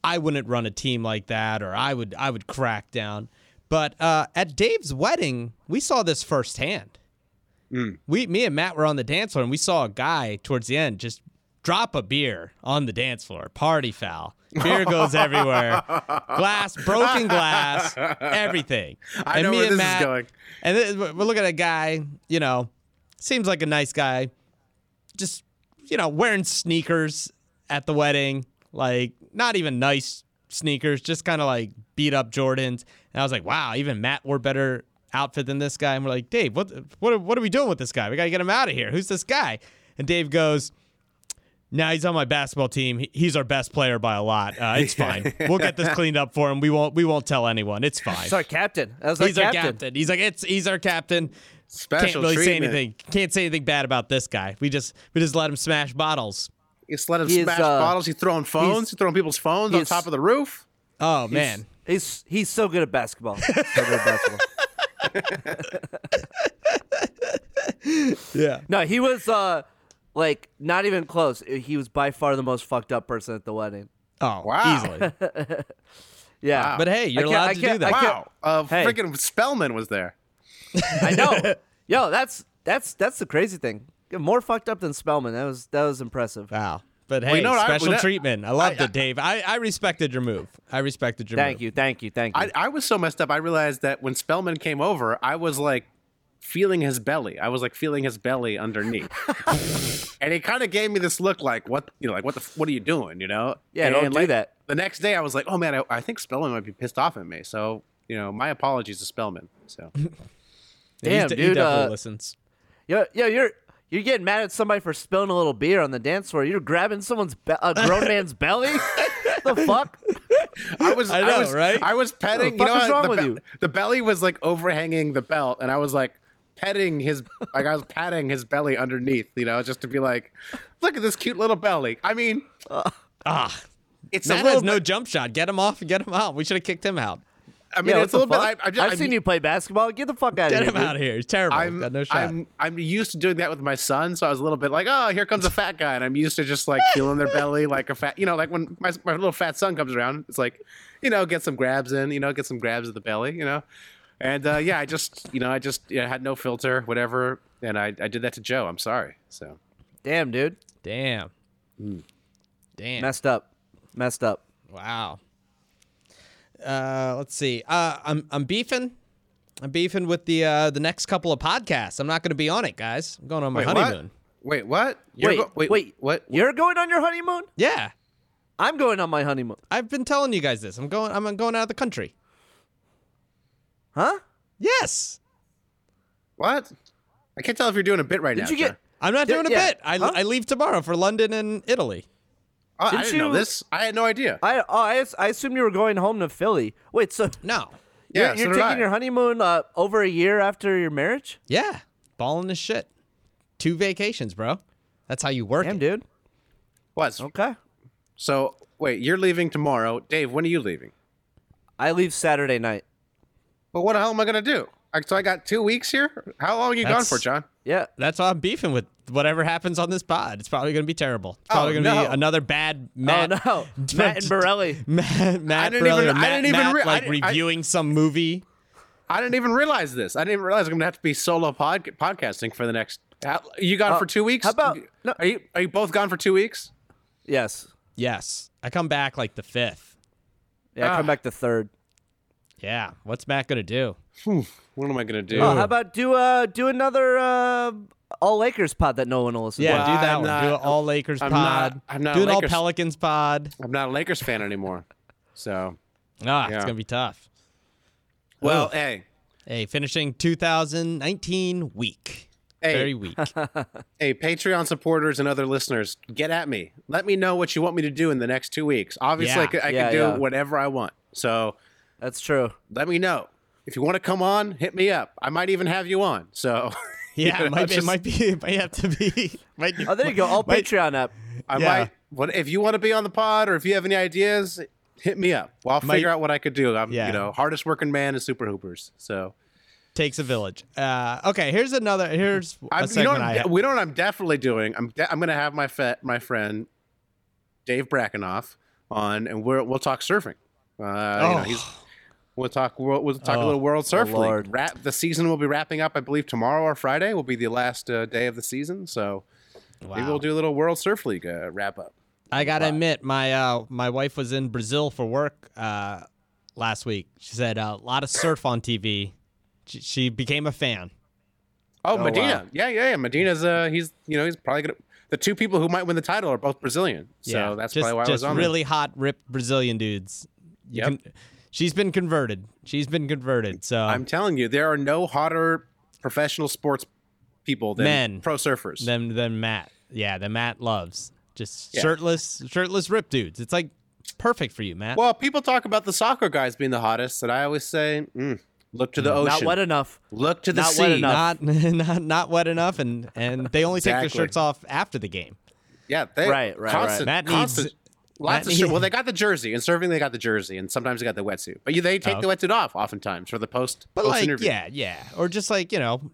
[SPEAKER 8] I wouldn't run a team like that, or I would I would crack down. But uh, at Dave's wedding, we saw this firsthand.
[SPEAKER 7] Hmm.
[SPEAKER 8] We, me and Matt were on the dance floor, and we saw a guy towards the end just drop a beer on the dance floor. Party foul.
[SPEAKER 7] (laughs)
[SPEAKER 8] Beer goes everywhere. glass, broken glass, everything.
[SPEAKER 7] I know where this is going.
[SPEAKER 8] And th- we're looking at a guy, you know, seems like a nice guy, just you know wearing sneakers at the wedding like not even nice sneakers just kind of like beat up jordans and i was like wow even matt wore better outfit than this guy and we're like dave what what, are- what are we doing with this guy we gotta get him out of here who's this guy and dave goes now he's on my basketball team. He- He's our best player by a lot. Uh, it's fine. We'll get this cleaned up for him. We won't. We won't tell anyone. It's fine.
[SPEAKER 9] it's our captain. That was
[SPEAKER 8] he's
[SPEAKER 9] our
[SPEAKER 8] our
[SPEAKER 9] captain.
[SPEAKER 8] captain. He's like it's. He's our captain
[SPEAKER 7] Special
[SPEAKER 8] can't really
[SPEAKER 7] treatment.
[SPEAKER 8] say anything. Can't say anything bad about this guy. We just we just let him smash bottles.
[SPEAKER 7] You just let him
[SPEAKER 9] He is,
[SPEAKER 7] smash
[SPEAKER 9] uh,
[SPEAKER 7] bottles. He's throwing phones. He's,
[SPEAKER 9] he's-
[SPEAKER 7] throwing people's phones
[SPEAKER 9] he
[SPEAKER 7] on
[SPEAKER 9] is-
[SPEAKER 7] top of the roof.
[SPEAKER 8] Oh man,
[SPEAKER 9] He's he's so good at basketball. So good at basketball.
[SPEAKER 8] (laughs)
[SPEAKER 7] (laughs)
[SPEAKER 8] yeah.
[SPEAKER 9] No, he was uh like not even close. He was by far the most fucked up person at the wedding.
[SPEAKER 8] Oh
[SPEAKER 7] Wow.
[SPEAKER 8] easily.
[SPEAKER 9] Yeah.
[SPEAKER 7] Wow.
[SPEAKER 8] (laughs) But hey, you're
[SPEAKER 9] can't-
[SPEAKER 8] allowed
[SPEAKER 9] I
[SPEAKER 8] to
[SPEAKER 9] can't-
[SPEAKER 8] do that.
[SPEAKER 9] I can't-
[SPEAKER 7] Wow. Uh,
[SPEAKER 9] Hey.
[SPEAKER 7] Freaking Spellman was there.
[SPEAKER 8] (laughs)
[SPEAKER 9] I know. Yo, that's that's that's the crazy thing. More fucked up than Spellman. That was that was impressive.
[SPEAKER 8] Wow. But hey,
[SPEAKER 7] you know what? I-
[SPEAKER 8] special
[SPEAKER 7] that-
[SPEAKER 8] treatment. I loved it, Dave. I, I respected your move. I respected your
[SPEAKER 9] Thank
[SPEAKER 8] move.
[SPEAKER 9] you, thank you, thank you.
[SPEAKER 7] I, I was so messed up. I realized that when Spellman came over, I was like feeling his belly. I was like feeling his belly
[SPEAKER 9] (laughs)
[SPEAKER 7] underneath. and he kind of gave me this look like, what, you know, like, what the, f- what are you doing, you know?
[SPEAKER 9] Yeah,
[SPEAKER 7] and,
[SPEAKER 9] don't
[SPEAKER 7] and
[SPEAKER 9] do
[SPEAKER 7] like,
[SPEAKER 9] that.
[SPEAKER 7] The next day, I was like, oh man, I, I think Spellman might be pissed off at me. So, you know, my apologies to Spellman. So.
[SPEAKER 8] Damn,
[SPEAKER 9] Damn,
[SPEAKER 8] he,
[SPEAKER 9] dude,
[SPEAKER 8] definitely
[SPEAKER 9] uh,
[SPEAKER 8] listens.
[SPEAKER 9] yo, yo, you're you're getting mad at somebody for spilling a little beer on the dance floor. You're grabbing someone's be- a grown
[SPEAKER 7] (laughs)
[SPEAKER 9] man's belly. the fuck?
[SPEAKER 7] I
[SPEAKER 9] (laughs)
[SPEAKER 7] was, I,
[SPEAKER 8] I know,
[SPEAKER 7] was,
[SPEAKER 8] right?
[SPEAKER 7] I was petting.
[SPEAKER 9] What the
[SPEAKER 7] you know,
[SPEAKER 9] fuck
[SPEAKER 7] what?
[SPEAKER 9] is wrong
[SPEAKER 7] the
[SPEAKER 9] with
[SPEAKER 7] be-
[SPEAKER 9] you?
[SPEAKER 7] The belly was like overhanging the belt, and I was like petting his, like I was patting his belly underneath. You know, just to be like, look at this cute little belly. I mean,
[SPEAKER 8] Ah,
[SPEAKER 7] it's a
[SPEAKER 8] Matt
[SPEAKER 7] little.
[SPEAKER 8] has no
[SPEAKER 7] bit-
[SPEAKER 8] jump shot. Get him off. Get him out. We should have kicked him out.
[SPEAKER 7] I mean,
[SPEAKER 9] what
[SPEAKER 7] it's a
[SPEAKER 9] the
[SPEAKER 7] little
[SPEAKER 9] fuck?
[SPEAKER 7] bit. I, I,
[SPEAKER 9] I've seen you play basketball. Get the fuck out
[SPEAKER 8] Get
[SPEAKER 9] of here.
[SPEAKER 8] him out of here. He's terrible.
[SPEAKER 7] I'm,
[SPEAKER 8] Got no shot.
[SPEAKER 7] I'm I'm used to doing that with my son, so I was a little bit like, oh, here comes a fat guy, and I'm used to just like feeling their (laughs) belly like a fat, you know, like when my, my little fat son comes around, it's like, you know, get some grabs in, you know, get some grabs of the belly, you know, and uh, yeah, I just, you know, I just you know, had no filter, whatever, and I, I did that to Joe. I'm sorry. So
[SPEAKER 9] Damn, dude.
[SPEAKER 8] Damn. Damn.
[SPEAKER 9] Messed up. Messed up.
[SPEAKER 8] Wow. uh, let's see. Uh, I'm I'm beefing. I'm beefing with the uh, the next couple of podcasts. I'm not going to be on it, guys. I'm going on my
[SPEAKER 7] Wait,
[SPEAKER 8] honeymoon.
[SPEAKER 7] What? Wait, what? You're
[SPEAKER 9] Wait,
[SPEAKER 7] go-
[SPEAKER 9] wait,
[SPEAKER 7] what?
[SPEAKER 9] You're going on your honeymoon?
[SPEAKER 8] Yeah,
[SPEAKER 9] I'm going on my honeymoon.
[SPEAKER 8] I've been telling you guys this. I'm going. I'm going out of the country.
[SPEAKER 9] Huh?
[SPEAKER 8] Yes,
[SPEAKER 7] What? I can't tell if you're doing a bit right now.
[SPEAKER 9] Did you get?
[SPEAKER 7] John.
[SPEAKER 8] I'm not
[SPEAKER 9] Yeah,
[SPEAKER 8] doing a
[SPEAKER 9] yeah.
[SPEAKER 8] bit. I,
[SPEAKER 9] Huh?
[SPEAKER 8] I leave tomorrow for London and Italy.
[SPEAKER 7] Oh, I
[SPEAKER 9] didn't
[SPEAKER 7] didn't know
[SPEAKER 9] you-
[SPEAKER 7] this. I had no idea.
[SPEAKER 9] I oh, I, as- I assume you were going home to Philly. Wait, so
[SPEAKER 8] No.
[SPEAKER 7] yeah,
[SPEAKER 9] you're, you're
[SPEAKER 7] so did
[SPEAKER 9] taking
[SPEAKER 7] I.
[SPEAKER 9] your honeymoon uh, over a year after your marriage?
[SPEAKER 8] Yeah, balling as shit. Two vacations, bro. That's how you work.
[SPEAKER 9] Damn,
[SPEAKER 8] it.
[SPEAKER 9] dude.
[SPEAKER 7] What?
[SPEAKER 9] Okay.
[SPEAKER 7] So wait, you're leaving tomorrow, Dave. When are you leaving?
[SPEAKER 9] I leave Saturday night.
[SPEAKER 7] Well, what the hell am I gonna do? Like, so I got two weeks here. How long are you
[SPEAKER 8] That's-
[SPEAKER 7] gone for, John?
[SPEAKER 9] Yeah.
[SPEAKER 8] That's why I'm beefing with whatever happens on this pod. It's probably going to be terrible. It's probably going to
[SPEAKER 7] Oh, no.
[SPEAKER 8] be another bad Matt.
[SPEAKER 9] oh no,
[SPEAKER 7] (laughs)
[SPEAKER 9] Matt and
[SPEAKER 8] (laughs)
[SPEAKER 9] Barelli.
[SPEAKER 8] Matt, Matt,
[SPEAKER 7] didn't
[SPEAKER 8] Burley or
[SPEAKER 7] even- I
[SPEAKER 8] Matt,
[SPEAKER 7] didn't even
[SPEAKER 8] Matt,
[SPEAKER 7] re- I
[SPEAKER 8] like
[SPEAKER 7] didn't- I-
[SPEAKER 8] reviewing some movie.
[SPEAKER 7] I didn't even realize this. I didn't even realize I'm gonna have to be solo pod- podcasting for the next. How, you gone for two weeks?
[SPEAKER 9] Uh, how about- no.
[SPEAKER 7] Are you are you both gone for two weeks?
[SPEAKER 9] Yes.
[SPEAKER 8] Yes, I come back like the fifth.
[SPEAKER 9] Yeah.
[SPEAKER 7] Ah.
[SPEAKER 9] Come back the third.
[SPEAKER 8] Yeah, what's Matt going to do?
[SPEAKER 7] What am I gonna do?
[SPEAKER 9] Oh, how about do uh do another uh all Lakers pod that no one will listen
[SPEAKER 8] Yeah,
[SPEAKER 9] to?
[SPEAKER 8] do that
[SPEAKER 7] I'm
[SPEAKER 8] one.
[SPEAKER 7] not-
[SPEAKER 8] do an all Lakers
[SPEAKER 7] I'm not-
[SPEAKER 8] pod.
[SPEAKER 7] I'm not
[SPEAKER 8] do an all
[SPEAKER 7] Lakers-
[SPEAKER 8] Pelicans pod.
[SPEAKER 7] I'm not a Lakers fan anymore. So
[SPEAKER 8] Ah,
[SPEAKER 7] Yeah.
[SPEAKER 8] it's gonna be tough.
[SPEAKER 7] well, hey,
[SPEAKER 8] Hey, finishing 2019 week.
[SPEAKER 7] Hey. (laughs)
[SPEAKER 8] Very weak.
[SPEAKER 7] hey, Patreon supporters and other listeners, get at me. Let me know what you want me to do in the next two weeks. Obviously, I
[SPEAKER 8] Yeah.
[SPEAKER 7] can, I
[SPEAKER 9] Yeah,
[SPEAKER 7] can do
[SPEAKER 9] yeah.
[SPEAKER 7] whatever I want. So
[SPEAKER 9] That's true.
[SPEAKER 7] let me know if you want to come on. Hit me up. I might even have you on. So (laughs)
[SPEAKER 8] Yeah,
[SPEAKER 7] you
[SPEAKER 8] it,
[SPEAKER 7] know,
[SPEAKER 8] might, be it
[SPEAKER 7] just-
[SPEAKER 8] might be. It might have to be. (laughs) Might,
[SPEAKER 9] Oh, there you
[SPEAKER 8] (laughs)
[SPEAKER 9] go. All
[SPEAKER 8] might-
[SPEAKER 9] Patreon up.
[SPEAKER 7] I
[SPEAKER 8] Yeah.
[SPEAKER 7] might. What if you want to be on the pod or if you have any ideas? Hit me up. Well, I'll
[SPEAKER 8] Might-
[SPEAKER 7] figure out what I could do. I'm,
[SPEAKER 8] Yeah.
[SPEAKER 7] you know, hardest working man in Super Hoopers. So
[SPEAKER 8] takes a village. Uh, okay, here's another. Here's a
[SPEAKER 7] I'm, you know,
[SPEAKER 8] segment
[SPEAKER 7] what
[SPEAKER 8] I
[SPEAKER 7] I'm de-
[SPEAKER 8] have.
[SPEAKER 7] we know what I'm definitely doing. I'm de- I'm gonna have my fe- my friend Dave Brackenoff on, and we're, we'll talk surfing. Uh, you know,
[SPEAKER 8] Oh.
[SPEAKER 7] he's, we'll talk world, we'll talk a little World Surf
[SPEAKER 9] Lord.
[SPEAKER 7] League. Wrap, the season will be wrapping up, I believe, tomorrow or Friday will be the last uh, day of the season. So maybe
[SPEAKER 8] Wow.
[SPEAKER 7] we'll do a little World Surf League uh, wrap up.
[SPEAKER 8] I gotta admit, my uh, my wife was in Brazil for work uh, last week. She said uh, a lot of surf on TV. She, she became a fan.
[SPEAKER 7] Oh, Medina. Yeah, yeah, yeah. Medina's uh he's you know, he's probably gonna the two people who might win the title are both Brazilian. So
[SPEAKER 8] yeah,
[SPEAKER 7] that's
[SPEAKER 8] just,
[SPEAKER 7] probably why
[SPEAKER 8] just
[SPEAKER 7] I was on there.
[SPEAKER 8] really hot, ripped Brazilian dudes. You
[SPEAKER 7] Yep.
[SPEAKER 8] can- she's been converted. She's been converted. So
[SPEAKER 7] I'm telling you, there are no hotter professional sports people than
[SPEAKER 8] Men.
[SPEAKER 7] pro surfers.
[SPEAKER 8] then then Matt, yeah, the Matt loves just
[SPEAKER 7] Yeah.
[SPEAKER 8] shirtless, shirtless ripped dudes. It's like perfect for you, Matt.
[SPEAKER 7] Well, people talk about the soccer guys being the hottest, and I always say, mm, look to the
[SPEAKER 8] Oh,
[SPEAKER 7] ocean.
[SPEAKER 9] Not wet enough. (laughs)
[SPEAKER 7] look to the
[SPEAKER 9] not
[SPEAKER 7] sea.
[SPEAKER 9] wet enough.
[SPEAKER 8] not (laughs) not not wet enough, and and they only take
[SPEAKER 7] Exactly.
[SPEAKER 8] their shirts off after the game.
[SPEAKER 7] Yeah, they
[SPEAKER 9] Right, right,
[SPEAKER 7] constant,
[SPEAKER 8] right. Matt
[SPEAKER 7] constant,
[SPEAKER 8] needs-
[SPEAKER 7] lots
[SPEAKER 8] Matt
[SPEAKER 7] of shit.
[SPEAKER 8] need-
[SPEAKER 7] Well, they got the jersey, and surfing they got the jersey, and sometimes they got the wetsuit. But you, they take
[SPEAKER 8] Oh.
[SPEAKER 7] the wetsuit off oftentimes for the post.
[SPEAKER 8] But
[SPEAKER 7] post
[SPEAKER 8] like,
[SPEAKER 7] interview.
[SPEAKER 8] yeah, yeah, or just like you know,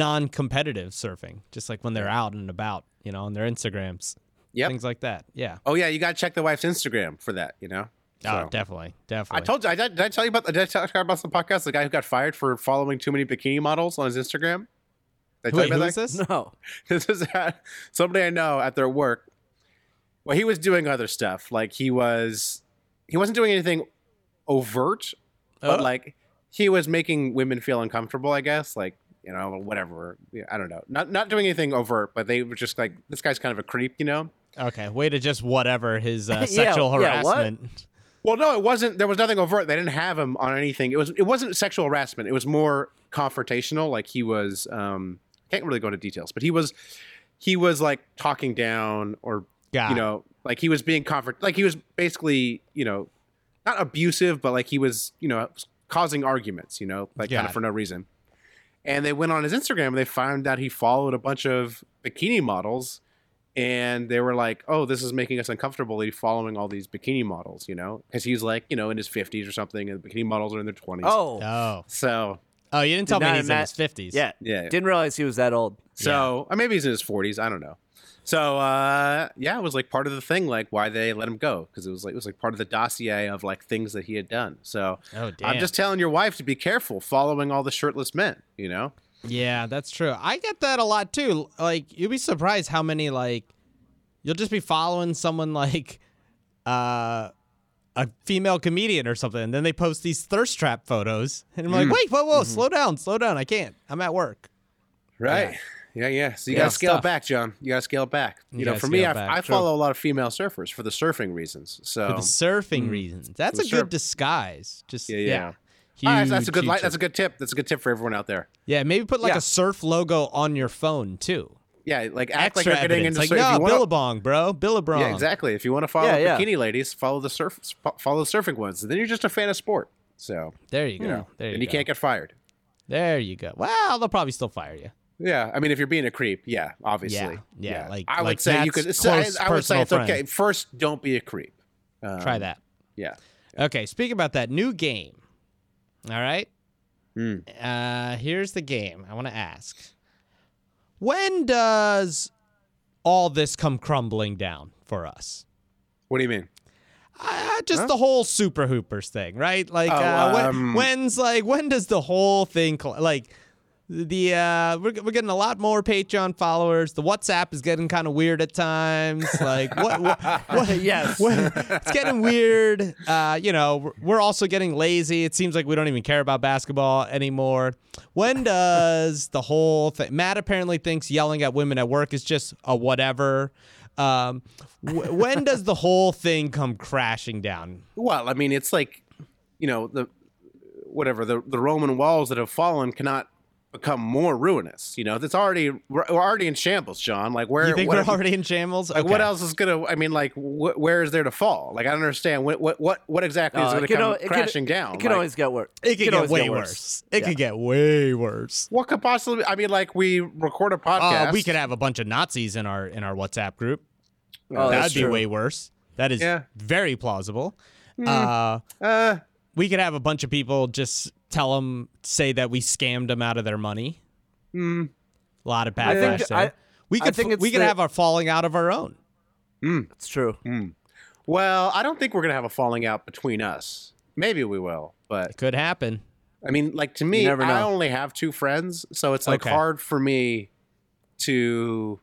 [SPEAKER 8] non-competitive surfing, just like when they're out and about, you know, on their Instagrams,
[SPEAKER 7] Yep.
[SPEAKER 8] things like that. Yeah,
[SPEAKER 7] Oh yeah, you got to check the wife's Instagram for that. You know.
[SPEAKER 8] oh,
[SPEAKER 7] So.
[SPEAKER 8] definitely,
[SPEAKER 7] I
[SPEAKER 8] definitely.
[SPEAKER 7] told you. I, did I tell you about the? Did I tell you about the podcast? The guy who got fired for following too many bikini models on his Instagram. Did I tell
[SPEAKER 8] Wait,
[SPEAKER 7] you
[SPEAKER 8] who
[SPEAKER 7] about
[SPEAKER 8] is
[SPEAKER 7] that? (laughs)
[SPEAKER 8] this?
[SPEAKER 9] No.
[SPEAKER 7] This is at, somebody I know at their work. Well, he was doing other stuff. Like he was, he wasn't doing anything overt, but
[SPEAKER 8] Oh.
[SPEAKER 7] like he was making women feel uncomfortable. I guess, like you know, whatever. Yeah, I don't know. Not not doing anything overt, but they were just like, this guy's kind of a creep, you know.
[SPEAKER 8] Okay, way to just whatever his uh,
[SPEAKER 7] (laughs)
[SPEAKER 9] Yeah,
[SPEAKER 8] sexual
[SPEAKER 9] yeah, what?
[SPEAKER 8] harassment.
[SPEAKER 7] Well, no, it wasn't. There was nothing overt. They didn't have him on anything. It was. It wasn't sexual harassment. It was more confrontational. Like he was. Um, I can't really go into details, but he was. He was like talking down, or
[SPEAKER 8] Got
[SPEAKER 7] you
[SPEAKER 8] it.
[SPEAKER 7] know, like he was being comfort. Like he was basically, you know, not abusive, but like he was, you know, causing arguments. You know, like kind
[SPEAKER 8] Got
[SPEAKER 7] of
[SPEAKER 8] it.
[SPEAKER 7] for no reason. And they went on his Instagram and they found out he followed a bunch of bikini models and they were like, "Oh, this is making us uncomfortable." that He's following all these bikini models, you know, because he's like, you know, in his fifties or something, and the bikini models are in their twenties.
[SPEAKER 9] Oh.
[SPEAKER 8] Oh,
[SPEAKER 7] so
[SPEAKER 8] oh, you didn't tell me
[SPEAKER 9] not
[SPEAKER 8] he's in
[SPEAKER 9] Matt-
[SPEAKER 8] his fifties.
[SPEAKER 9] Yeah.
[SPEAKER 7] Yeah.
[SPEAKER 9] Didn't realize he was that old.
[SPEAKER 7] so or maybe he's in his forties. I don't know. So uh, yeah, it was like part of the thing, like why they let him go, because it was like it was like part of the dossier of like things that he had done. So
[SPEAKER 8] Oh,
[SPEAKER 7] I'm
[SPEAKER 8] damn.
[SPEAKER 7] just telling your wife to be careful following all the shirtless men, you know.
[SPEAKER 8] Yeah, that's true. I get that a lot too. Like you'd be surprised how many like you'll just be following someone like uh a female comedian or something. And then they post these thirst trap photos, and I'm
[SPEAKER 7] Mm.
[SPEAKER 8] like, wait, whoa, whoa,
[SPEAKER 7] Mm-hmm.
[SPEAKER 8] slow down, slow down. I can't. I'm at work.
[SPEAKER 7] Right. Yeah, yeah. So you
[SPEAKER 8] Yeah,
[SPEAKER 7] gotta scale
[SPEAKER 8] stuff.
[SPEAKER 7] it back, John. You gotta scale it back. You, know,
[SPEAKER 8] gotta
[SPEAKER 7] for me,
[SPEAKER 8] scale
[SPEAKER 7] I,
[SPEAKER 8] it back,
[SPEAKER 7] I
[SPEAKER 8] true.
[SPEAKER 7] follow a lot of female surfers for the surfing reasons. So
[SPEAKER 8] For the surfing reasons. That's
[SPEAKER 7] For Oh.
[SPEAKER 8] a
[SPEAKER 7] Mm. the surf-
[SPEAKER 8] good disguise. Just yeah,
[SPEAKER 7] yeah.
[SPEAKER 8] Huge,
[SPEAKER 7] All right, that's a good
[SPEAKER 8] huge
[SPEAKER 7] light. That's a
[SPEAKER 8] surf-
[SPEAKER 7] good tip. That's a good tip for everyone out there.
[SPEAKER 8] Yeah, maybe put like
[SPEAKER 7] Yeah.
[SPEAKER 8] a surf logo on your phone too.
[SPEAKER 7] Yeah, like act
[SPEAKER 8] Extra
[SPEAKER 7] like you're getting
[SPEAKER 8] evidence.
[SPEAKER 7] into
[SPEAKER 8] Like
[SPEAKER 7] surf- if
[SPEAKER 8] no,
[SPEAKER 7] you wanna-
[SPEAKER 8] Billabong, bro, Billabong.
[SPEAKER 7] Yeah, exactly. If you want to follow
[SPEAKER 9] Yeah, yeah.
[SPEAKER 7] bikini ladies, follow the surf, sp- follow the surfing ones. Then you're just a fan of sport. So
[SPEAKER 8] There you go. There you
[SPEAKER 7] and you
[SPEAKER 8] go.
[SPEAKER 7] can't get fired.
[SPEAKER 8] there you go. Well, they'll probably still fire you.
[SPEAKER 7] Yeah, I mean, if you're being a creep, yeah, obviously.
[SPEAKER 8] yeah, like-
[SPEAKER 7] I would
[SPEAKER 8] like
[SPEAKER 7] say you
[SPEAKER 8] that's
[SPEAKER 7] could. I,
[SPEAKER 8] close
[SPEAKER 7] I would say
[SPEAKER 8] personal
[SPEAKER 7] it's okay.
[SPEAKER 8] friend.
[SPEAKER 7] First, don't be a creep. Um,
[SPEAKER 8] Try that.
[SPEAKER 7] Yeah.
[SPEAKER 8] Okay, speaking about that new game. All right.
[SPEAKER 7] Hmm.
[SPEAKER 8] Uh, here's the game. I want to ask. When does all this come crumbling down for us?
[SPEAKER 7] What do you mean?
[SPEAKER 8] Uh, just the whole Super Hoopers thing, right? Like,
[SPEAKER 7] Oh,
[SPEAKER 8] uh, when-
[SPEAKER 7] um,
[SPEAKER 8] when's like when does the whole thing cl- like the uh we're, we're getting a lot more Patreon followers. The WhatsApp is getting kind of weird at times. Like, what? what,
[SPEAKER 7] (laughs)
[SPEAKER 8] what (laughs)
[SPEAKER 9] Yes.
[SPEAKER 8] what- it's getting weird. Uh, you know, we're- we're also getting lazy. It seems like we don't even care about basketball anymore. When does the whole thing? Matt apparently thinks yelling at women at work is just a whatever. Um, wh- when does the whole thing come crashing down?
[SPEAKER 7] Well, I mean, it's like, you know, the whatever the the Roman walls that have fallen cannot become more ruinous. You know, that's already we're we're already in shambles, John. Like where
[SPEAKER 8] You think
[SPEAKER 7] what-
[SPEAKER 8] we're already in shambles?
[SPEAKER 7] Like what
[SPEAKER 8] Okay.
[SPEAKER 7] else is gonna? I mean, like wh- where is there to fall? Like I don't understand what what what, what exactly is
[SPEAKER 9] Uh,
[SPEAKER 7] gonna
[SPEAKER 9] it could
[SPEAKER 7] come
[SPEAKER 9] al- it could-
[SPEAKER 7] crashing down?
[SPEAKER 9] It can
[SPEAKER 7] Like,
[SPEAKER 9] always get worse.
[SPEAKER 8] It could get
[SPEAKER 9] always
[SPEAKER 8] way worse. It could get way worse.
[SPEAKER 7] what could possibly? I mean, like we record a podcast.
[SPEAKER 8] Uh, we could have a bunch of Nazis in our in our WhatsApp group.
[SPEAKER 9] Oh,
[SPEAKER 8] that would
[SPEAKER 9] that's
[SPEAKER 8] be
[SPEAKER 9] true.
[SPEAKER 8] way worse. That is
[SPEAKER 7] Yeah.
[SPEAKER 8] very plausible. Uh,
[SPEAKER 7] Uh,
[SPEAKER 8] we could have a bunch of people just tell them say that we scammed them out of their money. A lot of
[SPEAKER 9] Mm. I
[SPEAKER 8] backlash
[SPEAKER 9] think-
[SPEAKER 8] there.
[SPEAKER 9] I-
[SPEAKER 8] we
[SPEAKER 9] I
[SPEAKER 8] could
[SPEAKER 9] think
[SPEAKER 8] f-
[SPEAKER 9] it's
[SPEAKER 8] we could
[SPEAKER 9] the-
[SPEAKER 8] have our falling out of our own.
[SPEAKER 9] It's true.
[SPEAKER 8] Mm.
[SPEAKER 7] well, I don't think we're gonna have a falling out between us. Maybe we will, but
[SPEAKER 8] Could happen.
[SPEAKER 7] I mean, like to me,
[SPEAKER 9] You never
[SPEAKER 7] I
[SPEAKER 9] know.
[SPEAKER 7] only have two friends, so it's like
[SPEAKER 8] Okay.
[SPEAKER 7] hard for me to.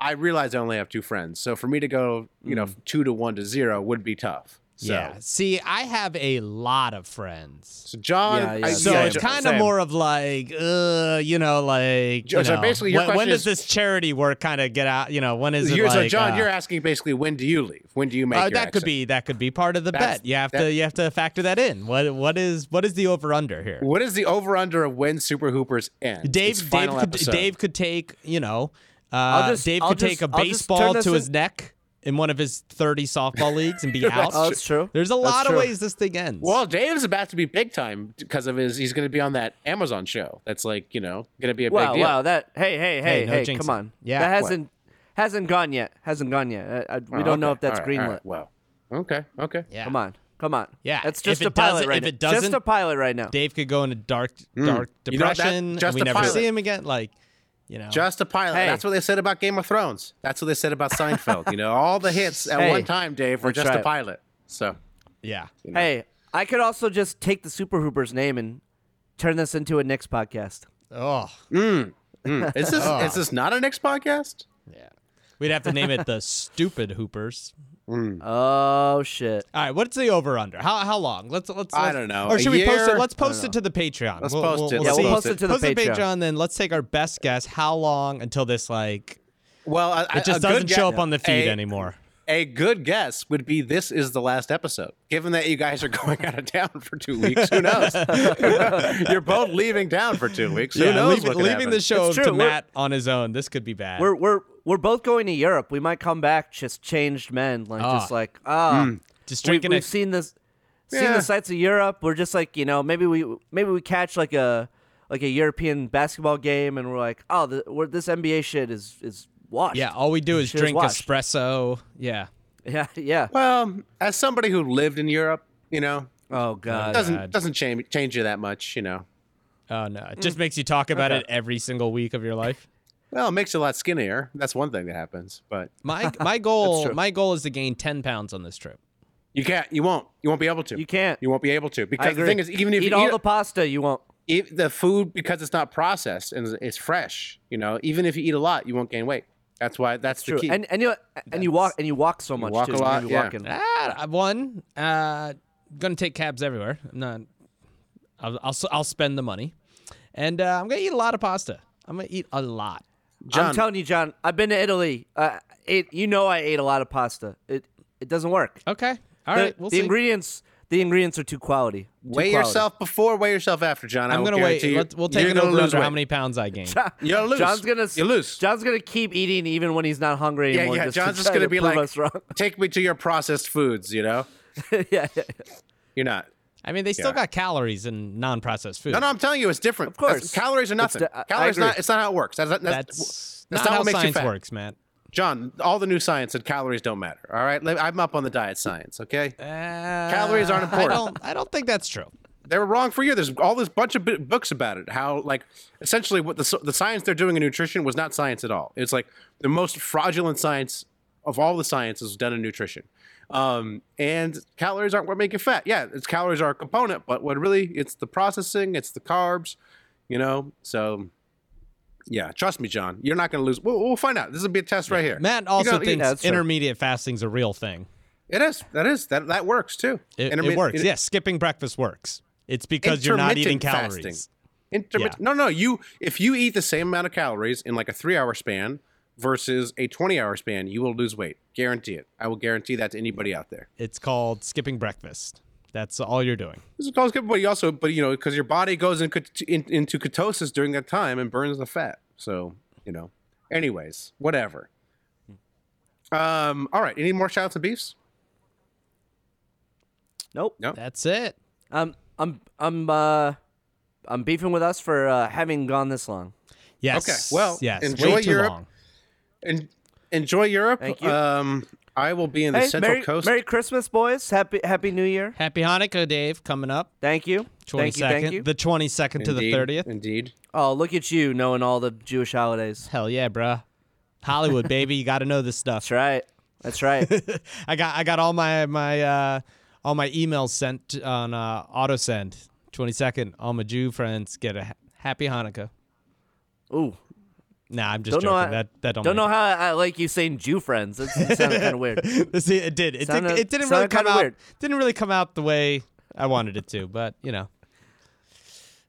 [SPEAKER 7] I realize I only have two friends, so for me to go, you know,
[SPEAKER 9] Hmm.
[SPEAKER 7] two to one to zero would be tough. So,
[SPEAKER 8] Yeah. See, I have a lot of friends.
[SPEAKER 7] so John,
[SPEAKER 9] Yeah, yeah,
[SPEAKER 7] I-
[SPEAKER 8] So
[SPEAKER 9] yeah,
[SPEAKER 8] it's
[SPEAKER 9] yeah,
[SPEAKER 8] kind of
[SPEAKER 9] same.
[SPEAKER 8] more of like, uh, you know, like, you
[SPEAKER 7] So
[SPEAKER 8] know,
[SPEAKER 7] basically your
[SPEAKER 8] when, when
[SPEAKER 7] question
[SPEAKER 8] does
[SPEAKER 7] is-
[SPEAKER 8] this charity work kind of get out? You know, when is it
[SPEAKER 7] You're, so
[SPEAKER 8] like,
[SPEAKER 7] John,
[SPEAKER 8] uh,
[SPEAKER 7] you're asking basically when do you leave? When do you make
[SPEAKER 8] uh,
[SPEAKER 7] your
[SPEAKER 8] that
[SPEAKER 7] exit?
[SPEAKER 8] could be that could be part of the
[SPEAKER 7] That's-
[SPEAKER 8] bet. You have to
[SPEAKER 7] that-
[SPEAKER 8] you have to factor that in. What what is what is the over under here?
[SPEAKER 7] What is the over under of when Super Hoopers end? It's
[SPEAKER 8] Dave Dave
[SPEAKER 7] final
[SPEAKER 8] could,
[SPEAKER 7] episode.
[SPEAKER 8] Dave could take you know uh,
[SPEAKER 9] just-
[SPEAKER 8] Dave
[SPEAKER 9] I'll
[SPEAKER 8] could take
[SPEAKER 9] just-
[SPEAKER 8] a
[SPEAKER 9] I'll just
[SPEAKER 8] baseball
[SPEAKER 9] turn this
[SPEAKER 8] to his
[SPEAKER 9] in-
[SPEAKER 8] neck in one of his thirty softball leagues
[SPEAKER 9] (laughs)
[SPEAKER 8] and be out.
[SPEAKER 9] Oh, that's true.
[SPEAKER 8] There's a
[SPEAKER 9] That's
[SPEAKER 8] lot of
[SPEAKER 9] true.
[SPEAKER 8] ways this thing ends.
[SPEAKER 7] Well, Dave's about to be big time because of his. He's going to be on that Amazon show. That's like you know going to be a
[SPEAKER 9] Wow,
[SPEAKER 7] big deal.
[SPEAKER 9] wow. That hey, hey, hey,
[SPEAKER 8] Hey, no
[SPEAKER 9] hey,
[SPEAKER 8] jinxing.
[SPEAKER 9] come on.
[SPEAKER 8] Yeah. What?
[SPEAKER 9] That hasn't hasn't gone yet. Hasn't gone yet. I, I, we
[SPEAKER 7] Oh,
[SPEAKER 9] don't know
[SPEAKER 7] okay.
[SPEAKER 9] if that's
[SPEAKER 7] All right, all
[SPEAKER 9] greenlit.
[SPEAKER 7] right. Well, okay, okay.
[SPEAKER 8] yeah.
[SPEAKER 9] Come on. Come on.
[SPEAKER 8] Yeah,
[SPEAKER 9] That's
[SPEAKER 8] if
[SPEAKER 9] just
[SPEAKER 8] it
[SPEAKER 9] a pilot
[SPEAKER 8] doesn't-
[SPEAKER 9] right
[SPEAKER 8] if it
[SPEAKER 9] now.
[SPEAKER 8] doesn't-
[SPEAKER 9] Just a pilot right now.
[SPEAKER 8] Dave could go into dark dark
[SPEAKER 7] Hmm. You know, that-
[SPEAKER 8] depression. and
[SPEAKER 7] just
[SPEAKER 8] we
[SPEAKER 7] a
[SPEAKER 8] never
[SPEAKER 7] pilot.
[SPEAKER 8] see him again. Like you know,
[SPEAKER 7] Just a pilot.
[SPEAKER 9] Hey.
[SPEAKER 7] That's what they said about Game of Thrones. That's what they said about Seinfeld. you know, all the hits at
[SPEAKER 9] Hey,
[SPEAKER 7] one time, Dave, were
[SPEAKER 9] that's
[SPEAKER 7] just a
[SPEAKER 9] right.
[SPEAKER 7] pilot. So
[SPEAKER 8] yeah.
[SPEAKER 9] Hey, I could also just take the Super Hoopers name and turn this into a Knicks podcast.
[SPEAKER 8] Oh,
[SPEAKER 7] is (laughs) this is this not a next podcast?
[SPEAKER 8] we'd have to name it the stupid Hoopers.
[SPEAKER 9] Oh shit.
[SPEAKER 8] All right, what's the over under? How how long? Let's let's.
[SPEAKER 7] I
[SPEAKER 8] let's-
[SPEAKER 7] don't know,
[SPEAKER 8] Or
[SPEAKER 7] a
[SPEAKER 8] should we post
[SPEAKER 7] year?
[SPEAKER 8] it? Let's
[SPEAKER 7] I don't
[SPEAKER 8] post it to the Patreon.
[SPEAKER 7] Let's post it.
[SPEAKER 9] Yeah,
[SPEAKER 7] Let's
[SPEAKER 9] we'll
[SPEAKER 7] see.
[SPEAKER 9] post it to the
[SPEAKER 8] post it
[SPEAKER 9] Patreon.
[SPEAKER 8] Patreon. Then let's take our best guess. How long until this like
[SPEAKER 7] Well, I, I-
[SPEAKER 8] it just
[SPEAKER 7] a good
[SPEAKER 8] doesn't show
[SPEAKER 7] guess-
[SPEAKER 8] up on the feed
[SPEAKER 7] a,
[SPEAKER 8] anymore?
[SPEAKER 7] A good guess would be this is the last episode. Given that you guys are (laughs) going out of town for two weeks, who knows? (laughs) You're both leaving town for two weeks. Who knows?
[SPEAKER 8] leave-
[SPEAKER 7] what could
[SPEAKER 8] leaving
[SPEAKER 7] happen?
[SPEAKER 8] the show
[SPEAKER 9] It's
[SPEAKER 8] to
[SPEAKER 9] true, we're-
[SPEAKER 8] Matt on his own. This could be bad.
[SPEAKER 9] We're we're we're both going to Europe. We might come back just changed men, like just
[SPEAKER 8] Ah.
[SPEAKER 9] like ah.
[SPEAKER 8] just
[SPEAKER 9] we,
[SPEAKER 8] drinking
[SPEAKER 9] we've
[SPEAKER 8] a,
[SPEAKER 9] seen this seen
[SPEAKER 7] Hmm. Yeah.
[SPEAKER 9] the sights of Europe. We're just like, you know, maybe we maybe we catch like a like a European basketball game and we're like, oh, the, we're, this NBA shit is is washed. (laughs)
[SPEAKER 8] yeah. All we do is
[SPEAKER 9] Shit is
[SPEAKER 8] drink
[SPEAKER 9] washed.
[SPEAKER 8] espresso. Yeah.
[SPEAKER 9] Yeah, yeah.
[SPEAKER 7] Well, as somebody who lived in Europe, you know,
[SPEAKER 9] Oh god.
[SPEAKER 7] doesn't
[SPEAKER 8] God.
[SPEAKER 7] doesn't change change you that much. You know,
[SPEAKER 8] Oh no! It just makes you talk about it every single week of your life.
[SPEAKER 7] well, it makes you a lot skinnier. That's one thing that happens, but
[SPEAKER 8] (laughs) My my goal my goal is to gain ten pounds on this trip.
[SPEAKER 7] You can't. You won't. You won't be able to.
[SPEAKER 9] You can't.
[SPEAKER 7] You won't be able to
[SPEAKER 9] I
[SPEAKER 7] because the
[SPEAKER 9] agree.
[SPEAKER 7] thing is, even if
[SPEAKER 9] eat
[SPEAKER 7] you
[SPEAKER 9] all the pasta, you won't.
[SPEAKER 7] if the food because it's not processed and it's fresh, you know, even if you eat a lot, you won't gain weight. That's why. That's the
[SPEAKER 9] True.
[SPEAKER 7] key.
[SPEAKER 9] And and you and you walk and you walk so much
[SPEAKER 7] walk
[SPEAKER 9] too.
[SPEAKER 7] a lot,
[SPEAKER 9] You
[SPEAKER 7] yeah.
[SPEAKER 9] walking.
[SPEAKER 8] Ah, I- one, uh, gonna take cabs everywhere. I'm not. I'll I'll, si will spend the money, and uh, I'm gonna eat a lot of pasta. I'm gonna eat a lot.
[SPEAKER 7] John,
[SPEAKER 9] I'm telling you, John. I've been to Italy. Uh, it, you know, I ate a lot of pasta. It it doesn't work.
[SPEAKER 8] Okay. All
[SPEAKER 9] the,
[SPEAKER 8] right. We'll
[SPEAKER 9] the
[SPEAKER 8] see.
[SPEAKER 9] ingredients the ingredients are too quality. Too
[SPEAKER 7] weigh
[SPEAKER 9] quality. (laughs)
[SPEAKER 7] yourself before, weigh yourself after, John. I
[SPEAKER 8] I'm
[SPEAKER 7] will
[SPEAKER 8] gonna wait.
[SPEAKER 7] guarantee you-
[SPEAKER 8] Let- we'll take
[SPEAKER 7] you're
[SPEAKER 8] it
[SPEAKER 7] gonna
[SPEAKER 8] over
[SPEAKER 7] lose
[SPEAKER 8] under how
[SPEAKER 7] weight.
[SPEAKER 8] many pounds I (laughs) gain.
[SPEAKER 7] You're loose.
[SPEAKER 9] John's gonna
[SPEAKER 7] You're loose.
[SPEAKER 9] John's gonna keep eating even when he's not hungry
[SPEAKER 7] yeah,
[SPEAKER 9] anymore.
[SPEAKER 7] yeah.
[SPEAKER 9] just
[SPEAKER 7] John's
[SPEAKER 9] to
[SPEAKER 7] just
[SPEAKER 9] try
[SPEAKER 7] gonna
[SPEAKER 9] to
[SPEAKER 7] be
[SPEAKER 9] prove
[SPEAKER 7] like,
[SPEAKER 8] (laughs)
[SPEAKER 9] us wrong. (laughs)
[SPEAKER 7] "Take me to your processed foods." You know,
[SPEAKER 9] yeah, yeah, yeah.
[SPEAKER 7] you're not.
[SPEAKER 8] I mean, they still
[SPEAKER 7] Yeah.
[SPEAKER 8] got calories in non-processed food.
[SPEAKER 7] No, no. I'm telling you, it's different. Of
[SPEAKER 9] course.
[SPEAKER 7] calories are
[SPEAKER 9] It's
[SPEAKER 7] nothing.
[SPEAKER 9] di- I- I
[SPEAKER 7] calories
[SPEAKER 9] agree.
[SPEAKER 7] not. It's not how it works. That's, that's,
[SPEAKER 8] That's,
[SPEAKER 7] that's
[SPEAKER 8] not,
[SPEAKER 7] not
[SPEAKER 8] how
[SPEAKER 7] what makes you
[SPEAKER 8] science
[SPEAKER 7] fat.
[SPEAKER 8] works, Matt.
[SPEAKER 7] John, all the new science said calories don't matter. All right, Let- I'm up on the diet science. Okay, calories aren't
[SPEAKER 8] Uh, I
[SPEAKER 7] important.
[SPEAKER 8] don't. I don't think that's true.
[SPEAKER 7] they were wrong for you. There's all this bunch of bu- books about it. How like essentially what the s- the science they're doing in nutrition was not science at all. It's like the most fraudulent science of all the sciences done in nutrition. Um, and calories aren't what make you fat. Yeah, it's calories are a component, but what really it's the processing, it's the carbs, you know. So yeah, trust me, John, you're not going to lose. We'll, we'll find out. This will be a test right here.
[SPEAKER 8] Matt
[SPEAKER 7] You
[SPEAKER 8] also
[SPEAKER 7] know, you-
[SPEAKER 8] thinks
[SPEAKER 9] that's true.
[SPEAKER 8] intermediate fasting's a real thing.
[SPEAKER 7] it is. That is that that works too.
[SPEAKER 8] It, it
[SPEAKER 7] Intermi-
[SPEAKER 8] works.
[SPEAKER 7] it-
[SPEAKER 8] yes, skipping breakfast works. It's because you're not eating
[SPEAKER 7] Intermittent
[SPEAKER 8] calories.
[SPEAKER 7] fasting. Intermittent.
[SPEAKER 8] Yeah.
[SPEAKER 7] No, no. You if you eat the same amount of calories in like a three hour span versus a twenty hour span, you will lose weight. Guarantee it. I will guarantee that to anybody out there.
[SPEAKER 8] It's called skipping breakfast. That's all you're doing.
[SPEAKER 7] This is called skip, but you also, but you know, because your body goes in, ket- in, into ketosis during that time and burns the fat. So you know. Anyways, whatever. Um. All right. Any more shout outs and beefs?
[SPEAKER 9] Nope.
[SPEAKER 7] No.
[SPEAKER 8] That's it.
[SPEAKER 9] Um, I'm I'm uh, I'm beefing with us for uh, having gone this long.
[SPEAKER 8] Yes.
[SPEAKER 7] well,
[SPEAKER 8] yes.
[SPEAKER 7] enjoy
[SPEAKER 8] way too
[SPEAKER 7] Europe.
[SPEAKER 8] long.
[SPEAKER 7] And enjoy Europe.
[SPEAKER 9] Thank you.
[SPEAKER 7] Um. I will be in the
[SPEAKER 9] Hey,
[SPEAKER 7] Central
[SPEAKER 9] Merry,
[SPEAKER 7] Coast.
[SPEAKER 9] Merry Christmas, boys. Happy Happy New Year.
[SPEAKER 8] Happy Hanukkah, Dave, coming up.
[SPEAKER 9] Thank you.
[SPEAKER 8] Twenty
[SPEAKER 9] Thank you. Thank you.
[SPEAKER 8] second, the twenty second to the
[SPEAKER 7] Indeed,
[SPEAKER 8] thirtieth.
[SPEAKER 7] Indeed.
[SPEAKER 9] oh, look at you knowing all the Jewish holidays.
[SPEAKER 8] Hell yeah, bruh. Hollywood, baby, you got to know this
[SPEAKER 7] (laughs)
[SPEAKER 8] stuff.
[SPEAKER 9] That's right. That's right.
[SPEAKER 8] I got I got all my my uh, all my emails sent on uh, auto send. Twenty second, all my Jew friends get a ha- happy Hanukkah.
[SPEAKER 9] Ooh,
[SPEAKER 8] Nah, I'm just
[SPEAKER 9] don't
[SPEAKER 8] joking.
[SPEAKER 9] know. how-
[SPEAKER 8] that that don't,
[SPEAKER 9] don't know
[SPEAKER 8] make
[SPEAKER 9] how I like you saying Jew friends. It's, it sounded kind of weird.
[SPEAKER 8] it. (laughs) This- it did. It,
[SPEAKER 9] Sounded-
[SPEAKER 8] did, it didn't really
[SPEAKER 9] sounded
[SPEAKER 8] come
[SPEAKER 9] kinda
[SPEAKER 8] out.
[SPEAKER 9] weird.
[SPEAKER 8] Didn't really come out the way I wanted it to, but you know.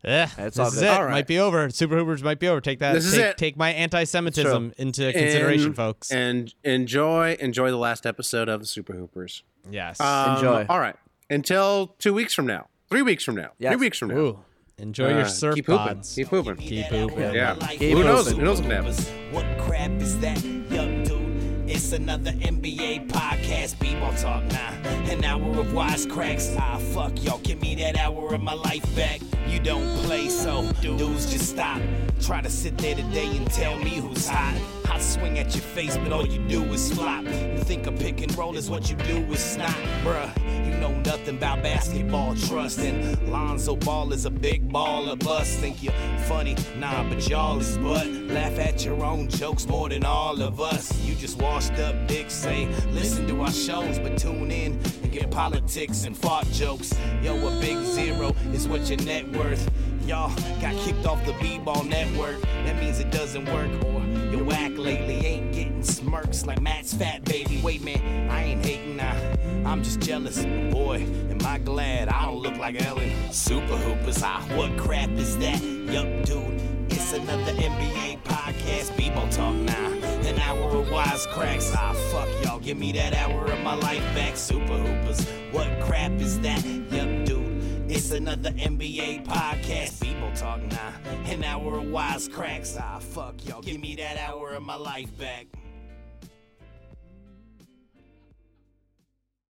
[SPEAKER 8] Eh,
[SPEAKER 9] That's
[SPEAKER 8] this
[SPEAKER 9] all
[SPEAKER 8] is
[SPEAKER 9] good.
[SPEAKER 8] it.
[SPEAKER 9] All
[SPEAKER 7] right.
[SPEAKER 8] Might be over. Super Hoopers might be over. Take that.
[SPEAKER 7] This is
[SPEAKER 8] take,
[SPEAKER 7] it.
[SPEAKER 8] take my anti-Semitism into consideration,
[SPEAKER 7] And-
[SPEAKER 8] folks.
[SPEAKER 7] And enjoy enjoy the last episode of the Super Hoopers.
[SPEAKER 8] yes.
[SPEAKER 7] Um,
[SPEAKER 9] Enjoy.
[SPEAKER 7] All right. Until two weeks from now, three weeks from now,
[SPEAKER 9] Yes.
[SPEAKER 7] three weeks from now.
[SPEAKER 8] Ooh, enjoy your
[SPEAKER 7] Uh,
[SPEAKER 8] surf
[SPEAKER 7] keep hooping.
[SPEAKER 8] pods.
[SPEAKER 7] Keep hooping.
[SPEAKER 8] Keep hooping.
[SPEAKER 7] yeah.
[SPEAKER 9] Keep
[SPEAKER 7] Who knows?
[SPEAKER 9] hooping.
[SPEAKER 7] Who knows what happens?
[SPEAKER 1] What crap is that, young dude? It's another NBA podcast, b-ball talk now. An hour of wisecracks. Ah, fuck y'all, give me that hour of my life back. You don't play, so dudes just stop. Try to sit there today and tell me who's hot. I swing at your face, but all you do is flop. You think a pick and roll is what you do is snot, bruh. You know nothing about basketball trust, and Lonzo Ball is a big baller bust. Think you funny? Nah, but y'all is butt. Laugh at your own jokes more than all of us. You just washed up dicks say, listen to our shows, but tune in and get politics and fart jokes. Yo, a big zero is what your net worth. Y'all got kicked off the B-ball network. That means it doesn't work, or your whack lately ain't getting smirks like Matt's fat baby. Wait, man, I ain't hating now. I'm just jealous. Boy, am I glad I don't look like Ellen. Super Hoopers, ah, what crap is that? Yup, dude, it's another NBA podcast. B-ball talk now. An hour of wisecracks. Ah, fuck y'all, give me that hour of my life back. Super Hoopers, what crap is that? Yup, dude. It's another NBA podcast. People talk now. An hour of wisecracks. Ah, fuck y'all. Give me that hour of my life back.